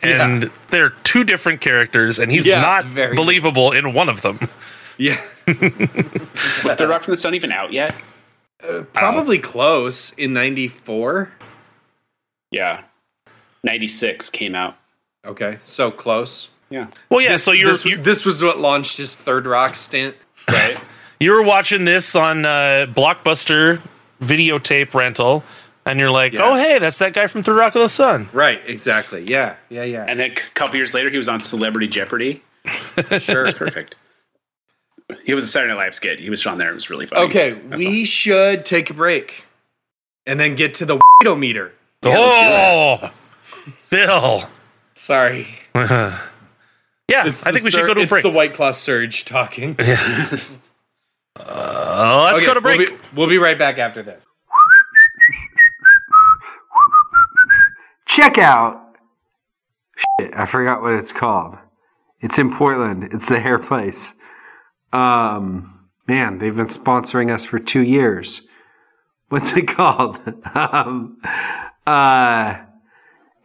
[SPEAKER 2] And they're two different characters, and he's
[SPEAKER 5] Yeah,
[SPEAKER 2] not
[SPEAKER 5] very.
[SPEAKER 2] believable in one of them.
[SPEAKER 5] Yeah,
[SPEAKER 3] Was Third Rock from the Sun even out yet?
[SPEAKER 5] probably close in '94.
[SPEAKER 3] Yeah. Ninety six came out.
[SPEAKER 5] Okay, so close.
[SPEAKER 3] Yeah.
[SPEAKER 2] Well, yeah. so you're,
[SPEAKER 5] this,
[SPEAKER 2] you're
[SPEAKER 5] this was what launched his Third Rock stint.
[SPEAKER 3] Right.
[SPEAKER 2] you were watching this on uh, Blockbuster videotape rental, and you're like,
[SPEAKER 3] Yeah.
[SPEAKER 2] "Oh, hey, that's that guy from Third Rock of the Sun."
[SPEAKER 5] Right, exactly. Yeah, yeah, yeah.
[SPEAKER 3] and then a couple years later, he was on Celebrity Jeopardy.
[SPEAKER 5] sure.
[SPEAKER 3] Perfect. He was a Saturday Night Live skit. He was on there. It was really funny.
[SPEAKER 5] Okay,
[SPEAKER 3] That's
[SPEAKER 5] we should take a break and then get to the meter.
[SPEAKER 2] oh, Bill.
[SPEAKER 5] Sorry.
[SPEAKER 2] Yeah, I
[SPEAKER 5] the
[SPEAKER 2] think we should
[SPEAKER 5] sur-
[SPEAKER 2] go to a
[SPEAKER 5] it's
[SPEAKER 2] break.
[SPEAKER 5] the White Claw surge talking. Let's
[SPEAKER 2] Uh, let's go to break.
[SPEAKER 5] We'll be, we'll be right back after this.
[SPEAKER 8] check out. Shit, I forgot what it's called. It's in Portland. It's the hair place. Um, man, they've been sponsoring us for two years. What's it called? um, uh,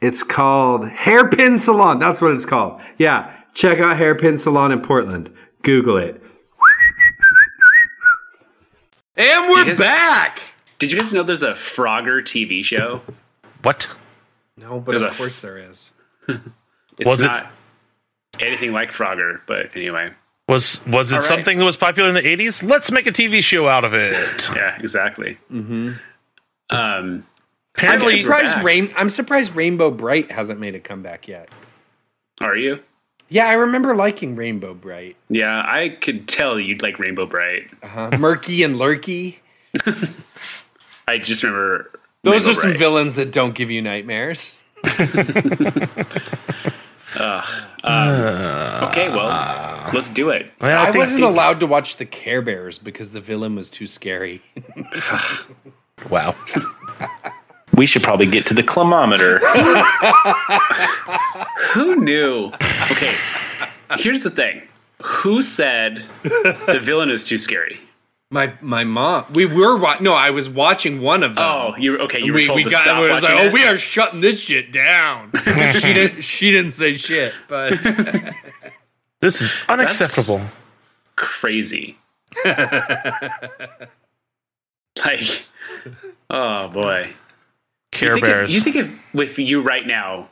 [SPEAKER 8] it's called Hairpin Salon. That's what it's called. Yeah, check out Hairpin Salon in Portland. Google it.
[SPEAKER 5] And we're
[SPEAKER 3] Yes.
[SPEAKER 5] back.
[SPEAKER 3] Did you guys know there's a Frogger TV show?
[SPEAKER 2] What?
[SPEAKER 5] No, but
[SPEAKER 3] There's
[SPEAKER 5] of
[SPEAKER 3] a-
[SPEAKER 5] course there is.
[SPEAKER 3] It's
[SPEAKER 2] Was it-
[SPEAKER 3] not anything like Frogger, but anyway.
[SPEAKER 2] Was was it
[SPEAKER 3] right.
[SPEAKER 2] something that was popular in the eighties? Let's make a TV show out of it.
[SPEAKER 3] Yeah, exactly. Mm-hmm. Um,
[SPEAKER 5] I'm
[SPEAKER 2] Apparently,
[SPEAKER 5] surprised.
[SPEAKER 3] back.
[SPEAKER 5] Rain, I'm surprised Rainbow Bright hasn't made a comeback yet.
[SPEAKER 3] are you?
[SPEAKER 5] Yeah, I remember liking Rainbow Bright.
[SPEAKER 3] Yeah, I could tell you'd like Rainbow Bright.
[SPEAKER 5] Uh-huh. Murky and Lurky.
[SPEAKER 3] I just remember
[SPEAKER 5] Those
[SPEAKER 3] Rainbow
[SPEAKER 5] are some
[SPEAKER 3] Bright.
[SPEAKER 5] villains that don't give you nightmares.
[SPEAKER 3] Okay, well, let's do it.
[SPEAKER 2] well, I
[SPEAKER 5] I,
[SPEAKER 2] think-
[SPEAKER 5] wasn't allowed to watch the Care Bears because the villain was too scary.
[SPEAKER 2] Wow.
[SPEAKER 9] We should probably get to the climometer.
[SPEAKER 3] Who knew? Okay, here's the thing. Who said the villain is too scary?
[SPEAKER 5] My my mom. We were wa- no. I was watching one of them.
[SPEAKER 3] Oh, you okay? You
[SPEAKER 5] And
[SPEAKER 3] were
[SPEAKER 5] we,
[SPEAKER 3] told
[SPEAKER 5] we
[SPEAKER 3] to
[SPEAKER 5] got.
[SPEAKER 3] stop
[SPEAKER 5] it was
[SPEAKER 3] watching
[SPEAKER 5] like,
[SPEAKER 3] it?
[SPEAKER 5] oh, we are shutting this shit down. she didn't. She didn't say shit, but
[SPEAKER 2] This is unacceptable.
[SPEAKER 3] crazy. like, oh boy,
[SPEAKER 2] Care
[SPEAKER 3] think
[SPEAKER 2] Bears.
[SPEAKER 3] If, you think if with you right now,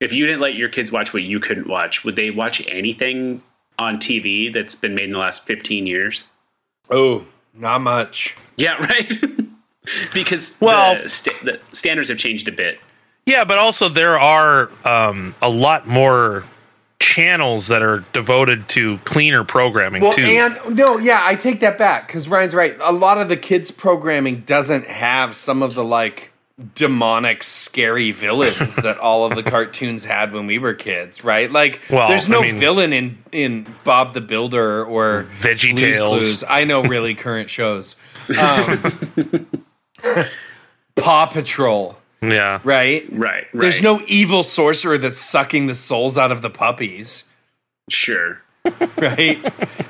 [SPEAKER 3] if you didn't let your kids watch what you couldn't watch, would they watch anything on TV that's been made in the last fifteen years?
[SPEAKER 5] oh, not much.
[SPEAKER 3] Yeah, right. because
[SPEAKER 2] Well-
[SPEAKER 3] the, sta- the standards have changed a bit.
[SPEAKER 2] yeah, but also there are um, a lot more channels that are devoted to cleaner programming
[SPEAKER 5] Well,
[SPEAKER 2] too.
[SPEAKER 5] and no, yeah, I take that back because Ryan's right. A lot of the kids' programming doesn't have some of the like demonic, scary villains that all of the cartoons had when we were kids, right? Like,
[SPEAKER 2] Well,
[SPEAKER 5] there's
[SPEAKER 2] I
[SPEAKER 5] no
[SPEAKER 2] mean-
[SPEAKER 5] villain in in Bob the Builder or
[SPEAKER 2] Veggie
[SPEAKER 5] Blue's
[SPEAKER 2] Tales.
[SPEAKER 5] Clues. I know really current shows. Um, Paw Patrol,
[SPEAKER 2] yeah.
[SPEAKER 5] right?
[SPEAKER 3] Right. Right.
[SPEAKER 5] There's no evil sorcerer that's sucking the souls out of the puppies
[SPEAKER 3] sure.
[SPEAKER 5] right?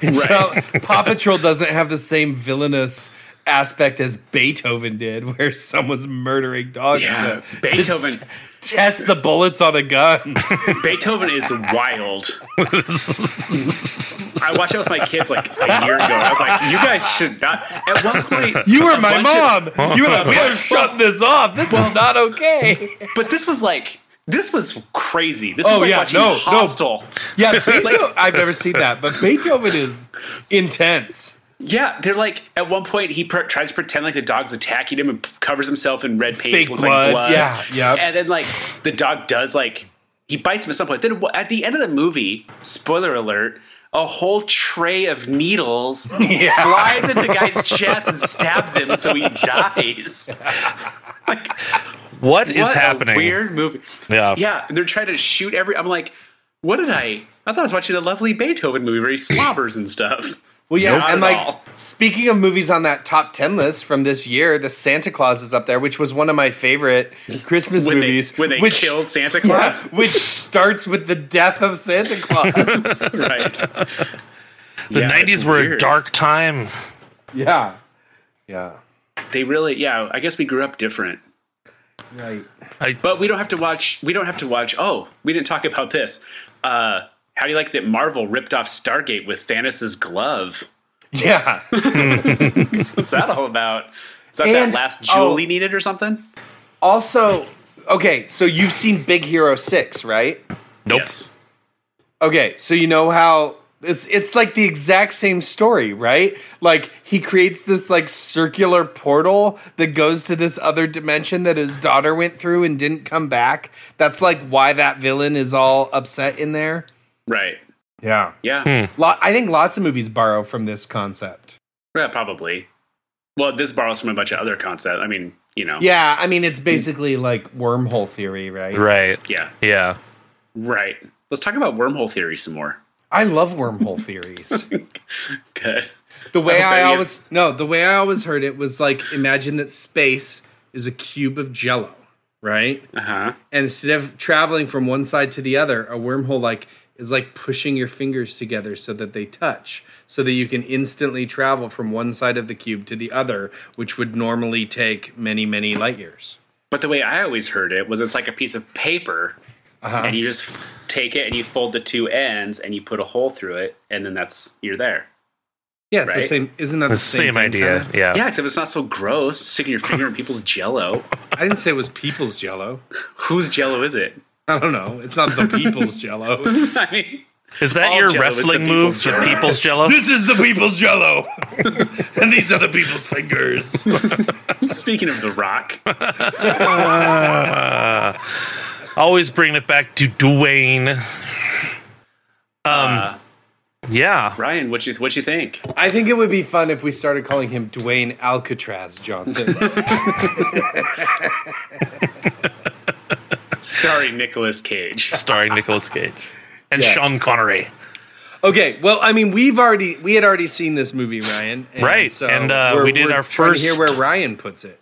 [SPEAKER 5] It's
[SPEAKER 3] Right.
[SPEAKER 5] not- Paw Patrol doesn't have the same villainous aspect as Beethoven did, where someone's murdering dogs
[SPEAKER 3] Yeah,
[SPEAKER 5] to,
[SPEAKER 3] Beethoven.
[SPEAKER 5] to t- test the bullets on a gun.
[SPEAKER 3] Beethoven is wild. I watched it with my kids like a year ago. I was like, you guys should not. At one point,
[SPEAKER 5] You were
[SPEAKER 3] a
[SPEAKER 5] my
[SPEAKER 3] bunch of-
[SPEAKER 5] mom. you were like, we are shutting this off. This is not okay.
[SPEAKER 3] but this was like, this was crazy. This
[SPEAKER 5] Oh,
[SPEAKER 3] was like
[SPEAKER 5] yeah,
[SPEAKER 3] watching
[SPEAKER 5] no, no.
[SPEAKER 3] Hostel.
[SPEAKER 5] Yeah, Beethoven, I've never seen that, but Beethoven is intense.
[SPEAKER 3] Yeah, they're like, at one point, he pr- tries to pretend like the dog's attacking him and p- covers himself in red paint.
[SPEAKER 5] Fake
[SPEAKER 3] with,
[SPEAKER 5] blood. Yeah, yeah.
[SPEAKER 3] And then, like, the dog does, like, he bites him at some point. Then w- at the end of the movie, spoiler alert, a whole tray of needles flies into the guy's chest and stabs him, so he dies.
[SPEAKER 2] What is
[SPEAKER 3] What a
[SPEAKER 2] happening?
[SPEAKER 3] weird movie.
[SPEAKER 2] yeah.
[SPEAKER 3] Yeah, and they're trying to shoot every. I'm like, what did I? I thought I was watching a lovely Beethoven movie where he slobbers and stuff.
[SPEAKER 5] Well, yeah,
[SPEAKER 3] Not
[SPEAKER 5] and
[SPEAKER 3] at
[SPEAKER 5] like
[SPEAKER 3] all.
[SPEAKER 5] speaking of movies on that top ten list from this year, the Santa Claus is up there, which was one of my favorite Christmas
[SPEAKER 3] When they,
[SPEAKER 5] movies.
[SPEAKER 3] when they
[SPEAKER 5] which,
[SPEAKER 3] killed Santa Claus,
[SPEAKER 5] which starts with the death of Santa Claus.
[SPEAKER 3] right?
[SPEAKER 2] The
[SPEAKER 3] Yeah,
[SPEAKER 2] nineties
[SPEAKER 3] it's
[SPEAKER 2] were a
[SPEAKER 3] weird.
[SPEAKER 2] dark time.
[SPEAKER 5] yeah, yeah,
[SPEAKER 3] They really, yeah. I guess we grew up different,
[SPEAKER 5] right.
[SPEAKER 3] but we don't have to watch. We don't have to watch. Oh, we didn't talk about this. Uh, how do you like that Marvel ripped off Stargate with Thanos' glove?
[SPEAKER 5] Yeah,
[SPEAKER 3] What's that all about? Is that
[SPEAKER 5] And-
[SPEAKER 3] that last
[SPEAKER 5] oh.
[SPEAKER 3] jewel he needed or something?
[SPEAKER 5] Also, okay, so you've seen Big Hero 6, right?
[SPEAKER 2] Nope.
[SPEAKER 3] Yes.
[SPEAKER 5] Okay, so you know how it's it's like the exact same story, right? Like he creates this like circular portal that goes to this other dimension that his daughter went through and didn't come back. That's like why that villain is all upset in there.
[SPEAKER 3] Right.
[SPEAKER 5] Yeah.
[SPEAKER 3] Yeah.
[SPEAKER 5] Lot I think lots of movies borrow from this concept.
[SPEAKER 3] Yeah, probably. Well, this borrows from a bunch of other concepts. I mean, you know.
[SPEAKER 5] Yeah, I mean it's basically like wormhole theory, right?
[SPEAKER 2] Right.
[SPEAKER 3] Yeah.
[SPEAKER 2] Yeah.
[SPEAKER 3] Right. Let's talk about wormhole theory some more.
[SPEAKER 5] I love wormhole theories.
[SPEAKER 3] Good.
[SPEAKER 5] The way
[SPEAKER 3] hope
[SPEAKER 5] I,
[SPEAKER 3] any of-
[SPEAKER 5] always no, the way I always heard it was like imagine that space is a cube of jello, right?
[SPEAKER 3] Uh huh.
[SPEAKER 5] And instead of traveling from one side to the other, a wormhole like is like pushing your fingers together so that they touch, so that you can instantly travel from one side of the cube to the other, which would normally take many, many light years.
[SPEAKER 3] But the way I always heard it was it's like a piece of paper, and you just f- take it and you fold the two ends and you put a hole through it, and then that's you're there.
[SPEAKER 5] Yeah, it's the
[SPEAKER 3] Right.
[SPEAKER 5] same. Isn't that the,
[SPEAKER 2] The same,
[SPEAKER 5] thing,
[SPEAKER 2] idea.
[SPEAKER 5] kinda?
[SPEAKER 2] Yeah.
[SPEAKER 3] Yeah, except it's not so gross sticking your finger in people's jello.
[SPEAKER 5] I didn't say it was people's jello.
[SPEAKER 3] Whose jello is it?
[SPEAKER 5] I don't know. It's not the people's jello.
[SPEAKER 3] I mean,
[SPEAKER 2] Is that
[SPEAKER 3] All
[SPEAKER 2] your
[SPEAKER 3] Jell-O is the
[SPEAKER 2] wrestling move,
[SPEAKER 3] people's
[SPEAKER 2] the
[SPEAKER 3] Jell-O.
[SPEAKER 2] people's jello?
[SPEAKER 5] This is the people's jello. and these are the people's fingers.
[SPEAKER 3] speaking of The Rock,
[SPEAKER 2] Uh, always bringing it back to Dwayne. Um, yeah.
[SPEAKER 3] Ryan, what you what you think?
[SPEAKER 5] I think it would be fun if we started calling him Dwayne Alcatraz Johnson.
[SPEAKER 3] Starring Nicolas Cage.
[SPEAKER 2] Starring Nicolas Cage and
[SPEAKER 5] Yes.
[SPEAKER 2] Sean Connery.
[SPEAKER 5] okay, well, I mean, we've already we had already seen this movie, Ryan. and
[SPEAKER 2] Right, and, uh,
[SPEAKER 5] we're-
[SPEAKER 2] we did
[SPEAKER 5] we're
[SPEAKER 2] our
[SPEAKER 5] trying to hear
[SPEAKER 2] first-
[SPEAKER 5] where Ryan puts it.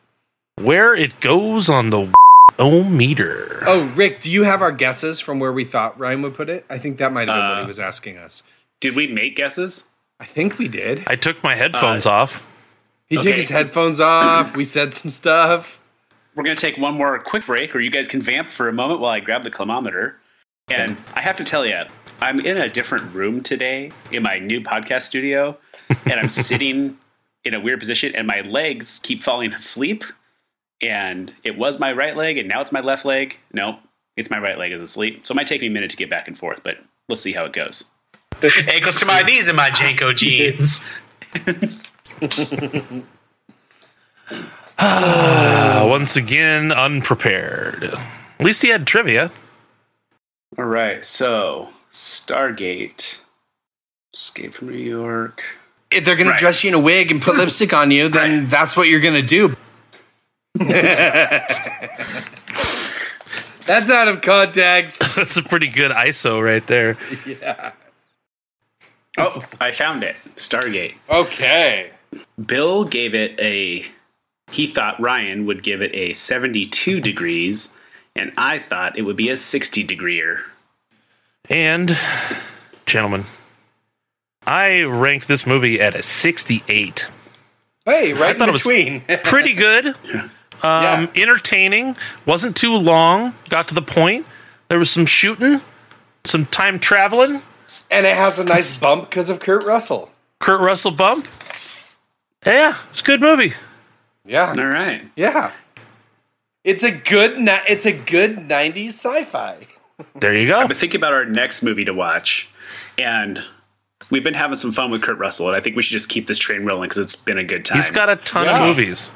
[SPEAKER 2] Where it goes on the o meter.
[SPEAKER 5] Oh, Rick, do you have our guesses from where we thought Ryan would put it? I think that might have been what he was asking us.
[SPEAKER 3] Did we make guesses?
[SPEAKER 5] I think we did.
[SPEAKER 2] I took my headphones off.
[SPEAKER 5] He took
[SPEAKER 3] okay.
[SPEAKER 5] his headphones off. We said some stuff.
[SPEAKER 3] We're gonna take one more quick break, or you guys can vamp for a moment while I grab the climometer. And I have to tell you, I'm in a different room today in my new podcast studio, and I'm sitting in a weird position, and my legs keep falling asleep. And it was my right leg, and now it's my left leg. Nope, it's my right leg is asleep. So it might take me a minute to get back and forth, but let's see how it goes.
[SPEAKER 6] Ankles to my knees in my Janko jeans.
[SPEAKER 2] Uh, once again, unprepared. At least he had trivia.
[SPEAKER 3] All right, so Stargate, Escape from New York.
[SPEAKER 5] If they're going
[SPEAKER 3] Right.
[SPEAKER 5] to dress you in a wig and put lipstick on you, then that's what you're going to do. that's out of context.
[SPEAKER 2] That's a pretty good ISO right there.
[SPEAKER 3] Oh, I found it. Stargate.
[SPEAKER 5] Okay.
[SPEAKER 3] Bill gave it a. He thought Ryan would give it a 72 degrees, and I thought it would be a 60 degreer.
[SPEAKER 2] And, gentlemen, I ranked this movie at a 68.
[SPEAKER 5] Hey, right
[SPEAKER 2] thought
[SPEAKER 5] in
[SPEAKER 2] it was-
[SPEAKER 5] between.
[SPEAKER 2] Pretty good. Um, Entertaining. Wasn't too long. Got to the point. There was some shooting, some time traveling.
[SPEAKER 5] and it has a nice bump because of Kurt Russell.
[SPEAKER 2] Kurt Russell bump. Yeah, it's a good movie.
[SPEAKER 5] Yeah.
[SPEAKER 3] All right.
[SPEAKER 5] Yeah. It's a good ni- it's a good 90s sci-fi.
[SPEAKER 2] There you go.
[SPEAKER 3] But think about our next movie to watch, and we've been having some fun with Kurt Russell, and I think we should just keep this train rolling because it's been a good time.
[SPEAKER 2] He's got a ton
[SPEAKER 5] Yeah.
[SPEAKER 2] of movies.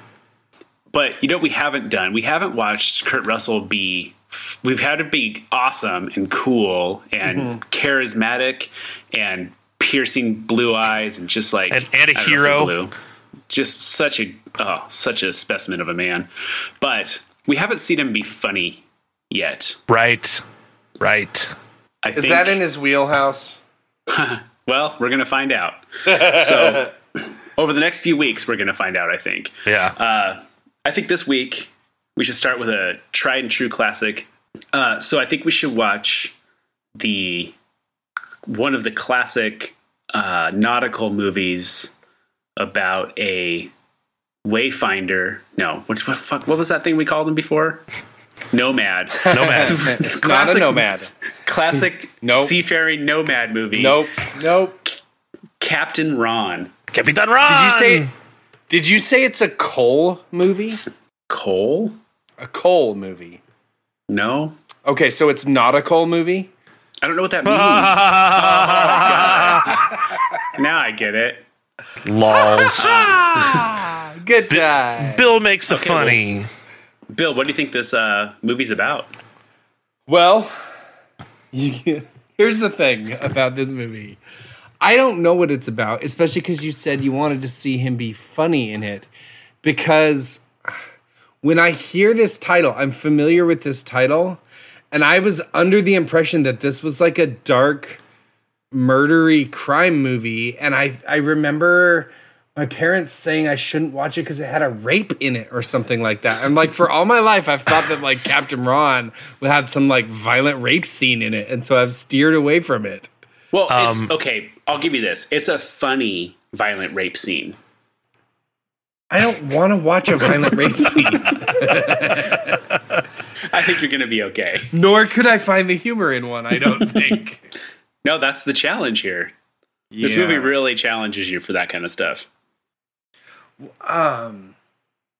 [SPEAKER 3] But you know, what we haven't done. We haven't watched Kurt Russell be. We've had to be awesome and cool and
[SPEAKER 2] Mm-hmm.
[SPEAKER 3] charismatic and piercing blue eyes and just like
[SPEAKER 2] And- and a
[SPEAKER 3] I don't know, some
[SPEAKER 2] hero.
[SPEAKER 3] blue. Just such a oh, such a specimen of a man. But we haven't seen him be funny yet.
[SPEAKER 2] Right. Right.
[SPEAKER 3] I
[SPEAKER 5] Is
[SPEAKER 3] think,
[SPEAKER 5] that in his wheelhouse?
[SPEAKER 3] Well, we're gonna find out. so over the next few weeks, we're gonna find out. I think.
[SPEAKER 2] Yeah.
[SPEAKER 5] Uh,
[SPEAKER 3] I think this week we should start with a tried and true classic. Uh, so I think we should watch the one of the classic uh, nautical movies about a wayfinder. No, what, what, fuck, what was that thing we called him before? Nomad.
[SPEAKER 2] Nomad.
[SPEAKER 5] It's not a
[SPEAKER 3] classic-
[SPEAKER 5] nomad.
[SPEAKER 3] classic
[SPEAKER 5] Nope.
[SPEAKER 3] seafaring nomad movie.
[SPEAKER 5] Nope. Nope.
[SPEAKER 3] Captain Ron.
[SPEAKER 2] Captain Ron.
[SPEAKER 5] Did you say Did you say it's a Cole movie?
[SPEAKER 3] Cole?
[SPEAKER 5] A Cole movie.
[SPEAKER 3] No.
[SPEAKER 5] Okay, so it's not a Cole movie?
[SPEAKER 3] I don't know what that means. Oh, God. now I get it.
[SPEAKER 2] Lols.
[SPEAKER 5] Good time.
[SPEAKER 2] Bill makes a funny.
[SPEAKER 3] Bill, what do you think this uh, movie's about?
[SPEAKER 5] Well, you- here's the thing about this movie. I don't know what it's about, especially because you said you wanted to see him be funny in it. Because when I hear this title, I'm familiar with this title, and I was under the impression that this was like a dark, murdery crime movie, and I I remember my parents saying I shouldn't watch it because it had a rape in it or something like that. And like for all my life, I've thought that like Captain Ron would have some like violent rape scene in it, and so I've steered away from it.
[SPEAKER 3] Well,
[SPEAKER 2] Um,
[SPEAKER 3] it's, okay, I'll give you this. It's a funny violent rape scene.
[SPEAKER 5] I don't want to watch a violent rape scene,
[SPEAKER 3] I think you're going to be okay.
[SPEAKER 5] nor could I find the humor in one. I don't think.
[SPEAKER 3] No, that's the challenge here. This
[SPEAKER 5] Yeah.
[SPEAKER 3] movie really challenges you for that kind of stuff.
[SPEAKER 5] Um.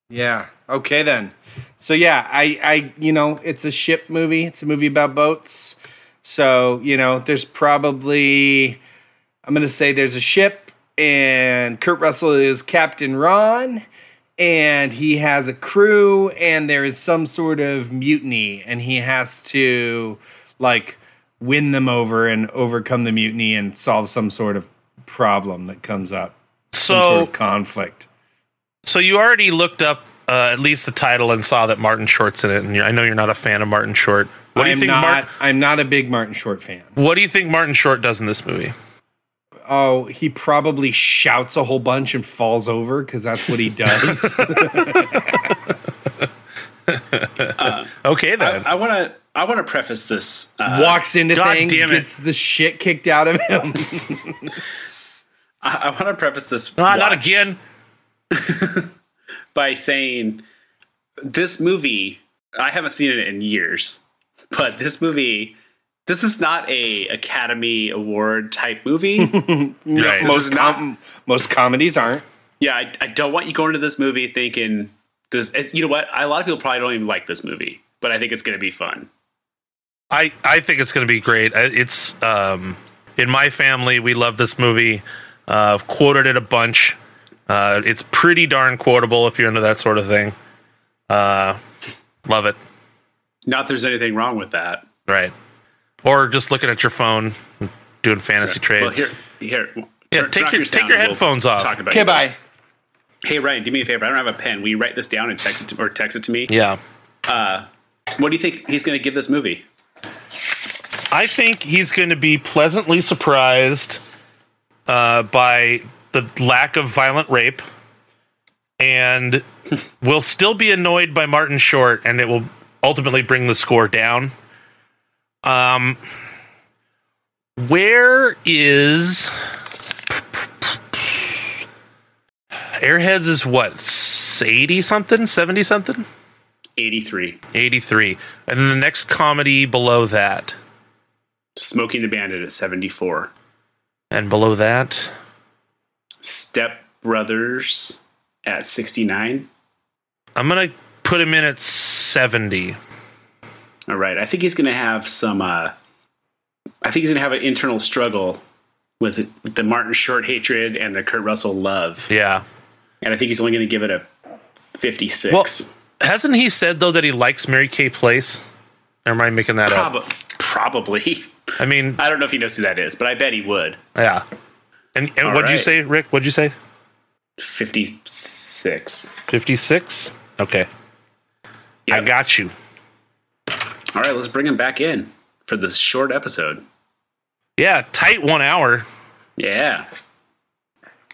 [SPEAKER 5] Yeah. Okay then. So yeah, I I you know it's a ship movie. It's a movie about boats. So you know there's probably I'm gonna say there's a ship and Kurt Russell is Captain Ron and he has a crew and there is some sort of mutiny and he has to like win them over and overcome the mutiny and solve some sort of problem that comes up some sort
[SPEAKER 2] So,
[SPEAKER 5] of conflict.
[SPEAKER 2] so you already looked up uh, at least the title and saw that Martin Short's in it, and you- I know you're not a fan of Martin Short. What do you
[SPEAKER 5] I'm
[SPEAKER 2] think?
[SPEAKER 5] not,
[SPEAKER 2] Mark,
[SPEAKER 5] I'm not a big Martin Short fan.
[SPEAKER 2] what do you think Martin Short does in this movie?
[SPEAKER 5] Oh, he probably shouts a whole bunch and falls over because that's what he does.
[SPEAKER 2] Uh, Okay,
[SPEAKER 3] I-
[SPEAKER 2] then.
[SPEAKER 3] I want to I want to preface this. Uh,
[SPEAKER 5] Walks into
[SPEAKER 2] God
[SPEAKER 5] things,
[SPEAKER 2] damn it.
[SPEAKER 5] gets the shit kicked out of him.
[SPEAKER 3] I, I want to preface this
[SPEAKER 2] Ah, not
[SPEAKER 3] watch
[SPEAKER 2] again.
[SPEAKER 3] by saying this movie. I haven't seen it in years, but this movie. This is not a Academy Award type movie.
[SPEAKER 2] Right.
[SPEAKER 5] most com- most comedies aren't.
[SPEAKER 3] yeah, I, I don't want you going to this movie thinking this. It, you know what? A lot of people probably don't even like this movie, but I think it's going to be fun.
[SPEAKER 2] I, I think it's going to be great. I- It's um, in my family we love this movie. Uh, I've quoted it a bunch. Uh, it's pretty darn quotable if you're into that sort of thing. Uh, love it.
[SPEAKER 3] Not that there's anything wrong with that.
[SPEAKER 2] Right. Or just looking at your phone, doing fantasy trades.
[SPEAKER 3] Well, here, here.
[SPEAKER 2] Yeah,
[SPEAKER 3] turn-
[SPEAKER 2] take
[SPEAKER 3] turn off
[SPEAKER 2] your- take
[SPEAKER 3] sound
[SPEAKER 2] your
[SPEAKER 3] and we'll
[SPEAKER 2] headphones off.
[SPEAKER 3] Talk about
[SPEAKER 5] Okay,
[SPEAKER 3] it.
[SPEAKER 5] bye.
[SPEAKER 3] Hey Ryan, do me a favor. I don't have a pen. Will you write this down and text it to, or text it to me? Uh,
[SPEAKER 2] yeah.
[SPEAKER 3] What do you think he's going to give this movie?
[SPEAKER 2] I think he's going to be pleasantly surprised uh, by the lack of violent rape, and will still be annoyed by Martin Short, and it will ultimately bring the score down. Um, where is Airheads? Is what eighty something, seventy something,
[SPEAKER 3] Eighty-three.
[SPEAKER 2] eighty three, and then the next comedy below that.
[SPEAKER 3] Smoking the Bandit at seventy-four.
[SPEAKER 2] And below that,
[SPEAKER 3] Step Brothers at sixty-nine.
[SPEAKER 2] I'm gonna put him in at 70.
[SPEAKER 3] All right. I think he's going to have some. Uh, I think he's going to have an internal struggle with with the Martin Short hatred and the Kurt Russell love,
[SPEAKER 2] Yeah.
[SPEAKER 3] and I think he's only going to give it a fifty-six.
[SPEAKER 2] Well, hasn't he said though that he likes Mary Kay Place? Or am I making that up?
[SPEAKER 3] Prob- probably.
[SPEAKER 2] I mean,
[SPEAKER 3] I don't know if he knows who that is, but I bet he would.
[SPEAKER 2] yeah. And, and
[SPEAKER 3] All
[SPEAKER 2] what'd you
[SPEAKER 3] right.
[SPEAKER 2] say, Rick? What'd you say?
[SPEAKER 3] 56.
[SPEAKER 2] 56? Okay. I
[SPEAKER 3] Yep.
[SPEAKER 2] got you.
[SPEAKER 3] All right, let's bring him back in for this short episode.
[SPEAKER 2] Yeah, tight one hour.
[SPEAKER 3] Yeah.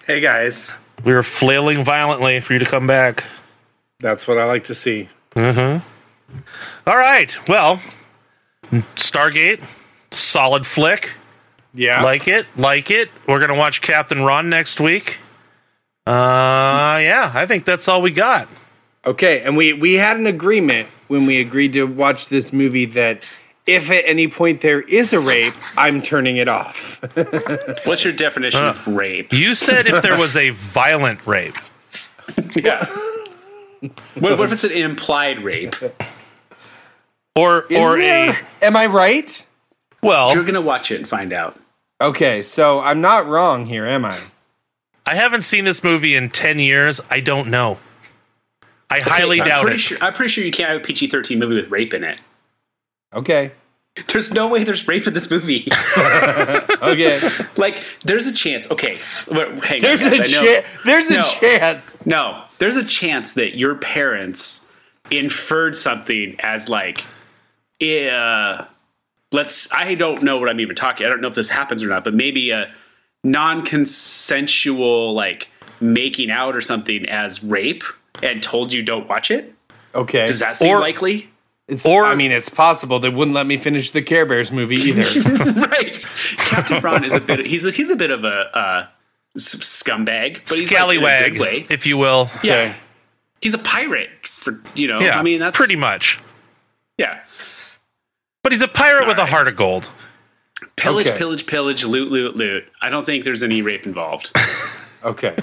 [SPEAKER 5] Hey guys,
[SPEAKER 2] We were flailing violently for you to come back.
[SPEAKER 5] that's what I like to see.
[SPEAKER 2] Mm-hmm. All right. Well, Stargate, solid flick.
[SPEAKER 5] Yeah,
[SPEAKER 2] like it, like it. We're gonna watch Captain Ron next week. Uh, yeah, I think that's all we got.
[SPEAKER 5] Okay, and we we had an agreement when we agreed to watch this movie that if at any point there is a rape, I'm turning it off.
[SPEAKER 3] What's your definition of rape?
[SPEAKER 2] You said if there was a violent rape,
[SPEAKER 3] Yeah. what, what if it's an implied rape?
[SPEAKER 2] or or a
[SPEAKER 5] Am I right?
[SPEAKER 2] well, Oh.
[SPEAKER 3] You're going to watch it and find out.
[SPEAKER 5] Okay, so I'm not wrong here, am I?
[SPEAKER 2] I haven't seen this movie in ten years. I don't know. I highly
[SPEAKER 3] I'm
[SPEAKER 2] doubt
[SPEAKER 3] pretty
[SPEAKER 2] it.
[SPEAKER 3] Sure, I'm pretty sure you can't have a PG 13 movie with rape in it.
[SPEAKER 5] Okay.
[SPEAKER 3] There's no way there's rape in this movie.
[SPEAKER 5] Okay.
[SPEAKER 3] like, there's a chance. Okay. Wait, hang
[SPEAKER 5] There's
[SPEAKER 3] on.
[SPEAKER 5] a
[SPEAKER 3] guys, I know-
[SPEAKER 5] chance. There's a
[SPEAKER 3] No.
[SPEAKER 5] chance.
[SPEAKER 3] No, there's a chance that your parents inferred something as like uh, let's i don't know what i'm even talking i don't know if this happens or not but maybe a non-consensual like making out or something as rape and told you don't watch it
[SPEAKER 5] Okay.
[SPEAKER 3] does that seem
[SPEAKER 2] Or-
[SPEAKER 3] likely
[SPEAKER 5] It's,
[SPEAKER 2] Or-
[SPEAKER 5] I mean, it's possible they wouldn't let me finish the Care Bears movie either.
[SPEAKER 3] right captain Ron is a bit he's a, he's a bit of a uh, s- scumbag but he's like, in a
[SPEAKER 2] Scallywag,
[SPEAKER 3] good way.
[SPEAKER 2] if you will.
[SPEAKER 3] yeah
[SPEAKER 5] Okay.
[SPEAKER 3] he's a pirate for you know
[SPEAKER 2] Yeah,
[SPEAKER 3] i mean that's
[SPEAKER 2] pretty much.
[SPEAKER 3] yeah
[SPEAKER 2] But he's a pirate with a heart of gold.
[SPEAKER 3] pillage
[SPEAKER 5] Okay.
[SPEAKER 3] pillage pillage loot loot loot i don't think there's any rape involved
[SPEAKER 5] Okay.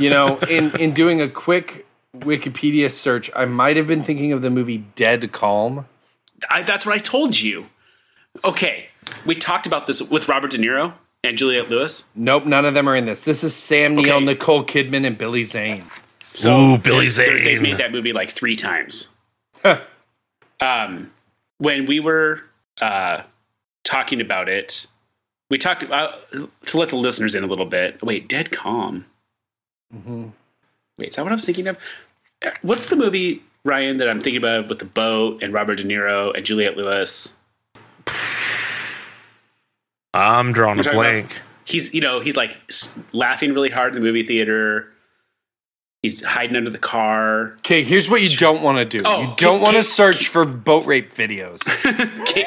[SPEAKER 5] you know, in in doing a quick Wikipedia search, I might have been thinking of the movie Dead Calm.
[SPEAKER 3] I, that's what I told you. Okay, we talked about this with Robert De Niro and Juliette Lewis.
[SPEAKER 5] Nope, none of them are in this. This is Sam Neill,
[SPEAKER 3] Okay.
[SPEAKER 5] Nicole Kidman, and Billy Zane.
[SPEAKER 2] Ooh, Billy
[SPEAKER 3] They- They've made
[SPEAKER 2] Zane.
[SPEAKER 3] that movie like three times. um, when we were uh, talking about it, we talked about to let the listeners in a little bit. Wait, Dead Calm.
[SPEAKER 2] Mm-hmm.
[SPEAKER 3] Wait, is that what I was thinking of? Uh, What's the movie Ryan that I'm thinking of with the boat and Robert De Niro and Juliette Lewis?
[SPEAKER 2] I'm drawing a
[SPEAKER 3] We're talking about-
[SPEAKER 2] blank.
[SPEAKER 3] he's you know he's like s- laughing really hard in the movie theater. He's hiding under the car.
[SPEAKER 5] Okay, here's what you don't want to do.
[SPEAKER 3] Oh,
[SPEAKER 5] you don't
[SPEAKER 3] Kate-
[SPEAKER 5] want to
[SPEAKER 3] Kate-
[SPEAKER 5] search for boat rape videos.
[SPEAKER 3] Cape,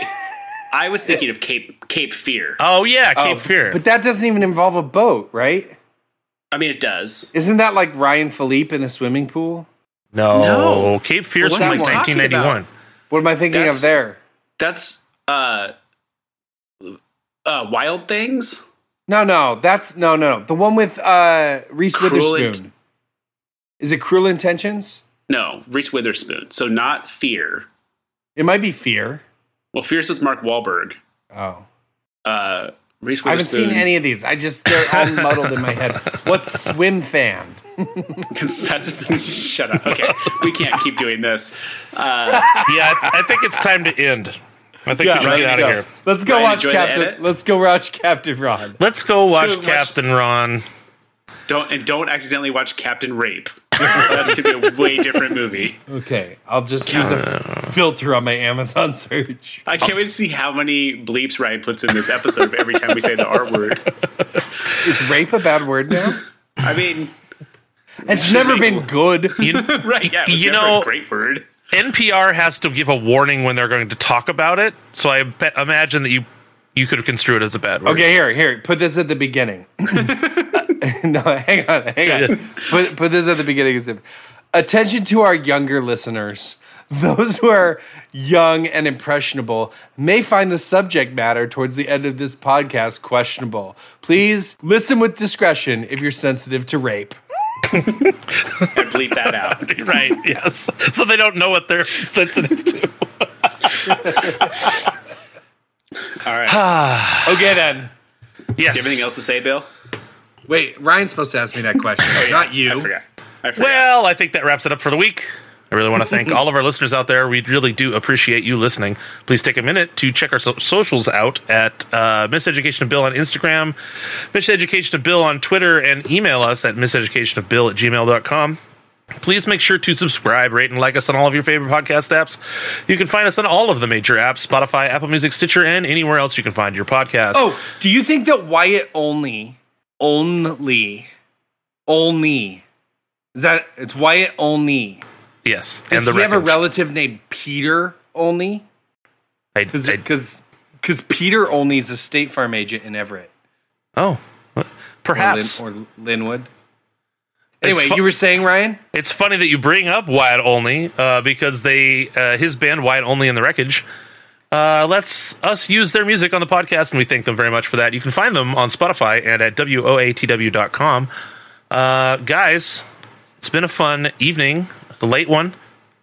[SPEAKER 3] I was thinking of Cape Cape Fear.
[SPEAKER 2] Oh yeah, Cape Fear.
[SPEAKER 5] But that doesn't even involve a boat, right?
[SPEAKER 3] I mean, it does.
[SPEAKER 5] Isn't that like Ryan Philippe in a swimming pool?
[SPEAKER 2] no.
[SPEAKER 3] No.
[SPEAKER 2] Cape Fear's
[SPEAKER 5] What's
[SPEAKER 2] from like
[SPEAKER 5] that one?
[SPEAKER 2] 1981.
[SPEAKER 5] What am I thinking
[SPEAKER 3] That's-
[SPEAKER 5] of there?
[SPEAKER 3] That's uh, uh, Wild Things.
[SPEAKER 5] No, no, that's no, no. The one with uh, Reese
[SPEAKER 3] Cruel
[SPEAKER 5] Witherspoon.
[SPEAKER 3] Int-
[SPEAKER 5] Is it Cruel Intentions?
[SPEAKER 3] No, Reese Witherspoon. So not Fear.
[SPEAKER 5] It might be Fear.
[SPEAKER 3] Well, Fear's with Mark Wahlberg.
[SPEAKER 5] Oh,
[SPEAKER 3] Uh, Reese Witherspoon.
[SPEAKER 5] I haven't seen any of these. I just they're all muddled in my head. What's Swim Fan?
[SPEAKER 3] That's, shut up. Okay, we can't keep doing this. Uh,
[SPEAKER 2] yeah, I, I think it's time to end. I think we should get out of here.
[SPEAKER 5] Let's go
[SPEAKER 3] Ryan,
[SPEAKER 5] watch
[SPEAKER 3] enjoy the
[SPEAKER 5] Captain.
[SPEAKER 3] edit?
[SPEAKER 5] Let's go watch Captain Ron.
[SPEAKER 2] Let's go watch
[SPEAKER 3] much-
[SPEAKER 2] Captain Ron.
[SPEAKER 3] Don't and don't accidentally watch Captain Rape. That's gonna be a way different movie.
[SPEAKER 5] Okay, I'll just use a filter on my Amazon search.
[SPEAKER 3] I can't wait to see how many bleeps Ryan puts in this episode every time we say the R word.
[SPEAKER 5] Is rape a bad word now?
[SPEAKER 3] I mean,
[SPEAKER 5] It's never been good.
[SPEAKER 2] You,
[SPEAKER 3] right? Yeah, it was
[SPEAKER 2] You
[SPEAKER 3] never
[SPEAKER 2] know-
[SPEAKER 3] a great word.
[SPEAKER 2] NPR has to give a warning when they're going to talk about it. So I bet, imagine that you you could construe it as a bad word.
[SPEAKER 5] Okay, here, here. Put this at the beginning. no, hang on, hang on. Put, put this at the beginning. as if- Attention to our younger listeners. Those who are young and impressionable may find the subject matter towards the end of this podcast questionable. Please listen with discretion if you're sensitive to rape.
[SPEAKER 3] I bleep that out.
[SPEAKER 2] right? Yes. So they don't know what they're sensitive to.
[SPEAKER 3] All right.
[SPEAKER 5] Okay, then.
[SPEAKER 2] Yes.
[SPEAKER 3] Anything else to say, Bill?
[SPEAKER 5] Wait, Ryan's supposed to ask me that question, not
[SPEAKER 3] I
[SPEAKER 5] you.
[SPEAKER 3] forgot. I forgot.
[SPEAKER 2] Well, I think that wraps it up for the week. I really want to thank all of our listeners out there. We really do appreciate you listening. Please take a minute to check our so- socials out at uh, Miseducation of Bill on Instagram, Miseducation of Bill on Twitter, and email us at miseducationofbill at gmail.com. Please make sure to subscribe, rate, and like us on all of your favorite podcast apps. You can find us on all of the major apps Spotify, Apple Music, Stitcher, and anywhere else you can find your podcast.
[SPEAKER 5] Oh, do you think that Wyatt only, only, only, is that it's Wyatt only?
[SPEAKER 2] yes.
[SPEAKER 5] Does
[SPEAKER 2] and
[SPEAKER 5] he
[SPEAKER 2] the
[SPEAKER 5] have a
[SPEAKER 2] Wreckage.
[SPEAKER 5] relative named Peter Only?
[SPEAKER 2] I- I-
[SPEAKER 5] Because because Peter Only is a State Farm agent in Everett
[SPEAKER 2] oh, perhaps.
[SPEAKER 5] or, Lin, or Linwood.
[SPEAKER 2] It's
[SPEAKER 5] Anyway,
[SPEAKER 2] fu-
[SPEAKER 5] you were saying Ryan?
[SPEAKER 2] It's funny that you bring up Wyatt Only uh, because they uh, his band Wyatt Only in the Wreckage uh, lets us use their music on the podcast, and we thank them very much for that. You can find them on Spotify and at woatw.com. Uh, guys, it's been a fun evening, the late one.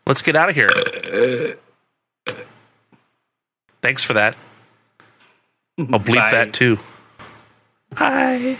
[SPEAKER 2] Let's get out of here. Thanks for that. I'll bleep
[SPEAKER 5] Bye.
[SPEAKER 2] that too. Bye.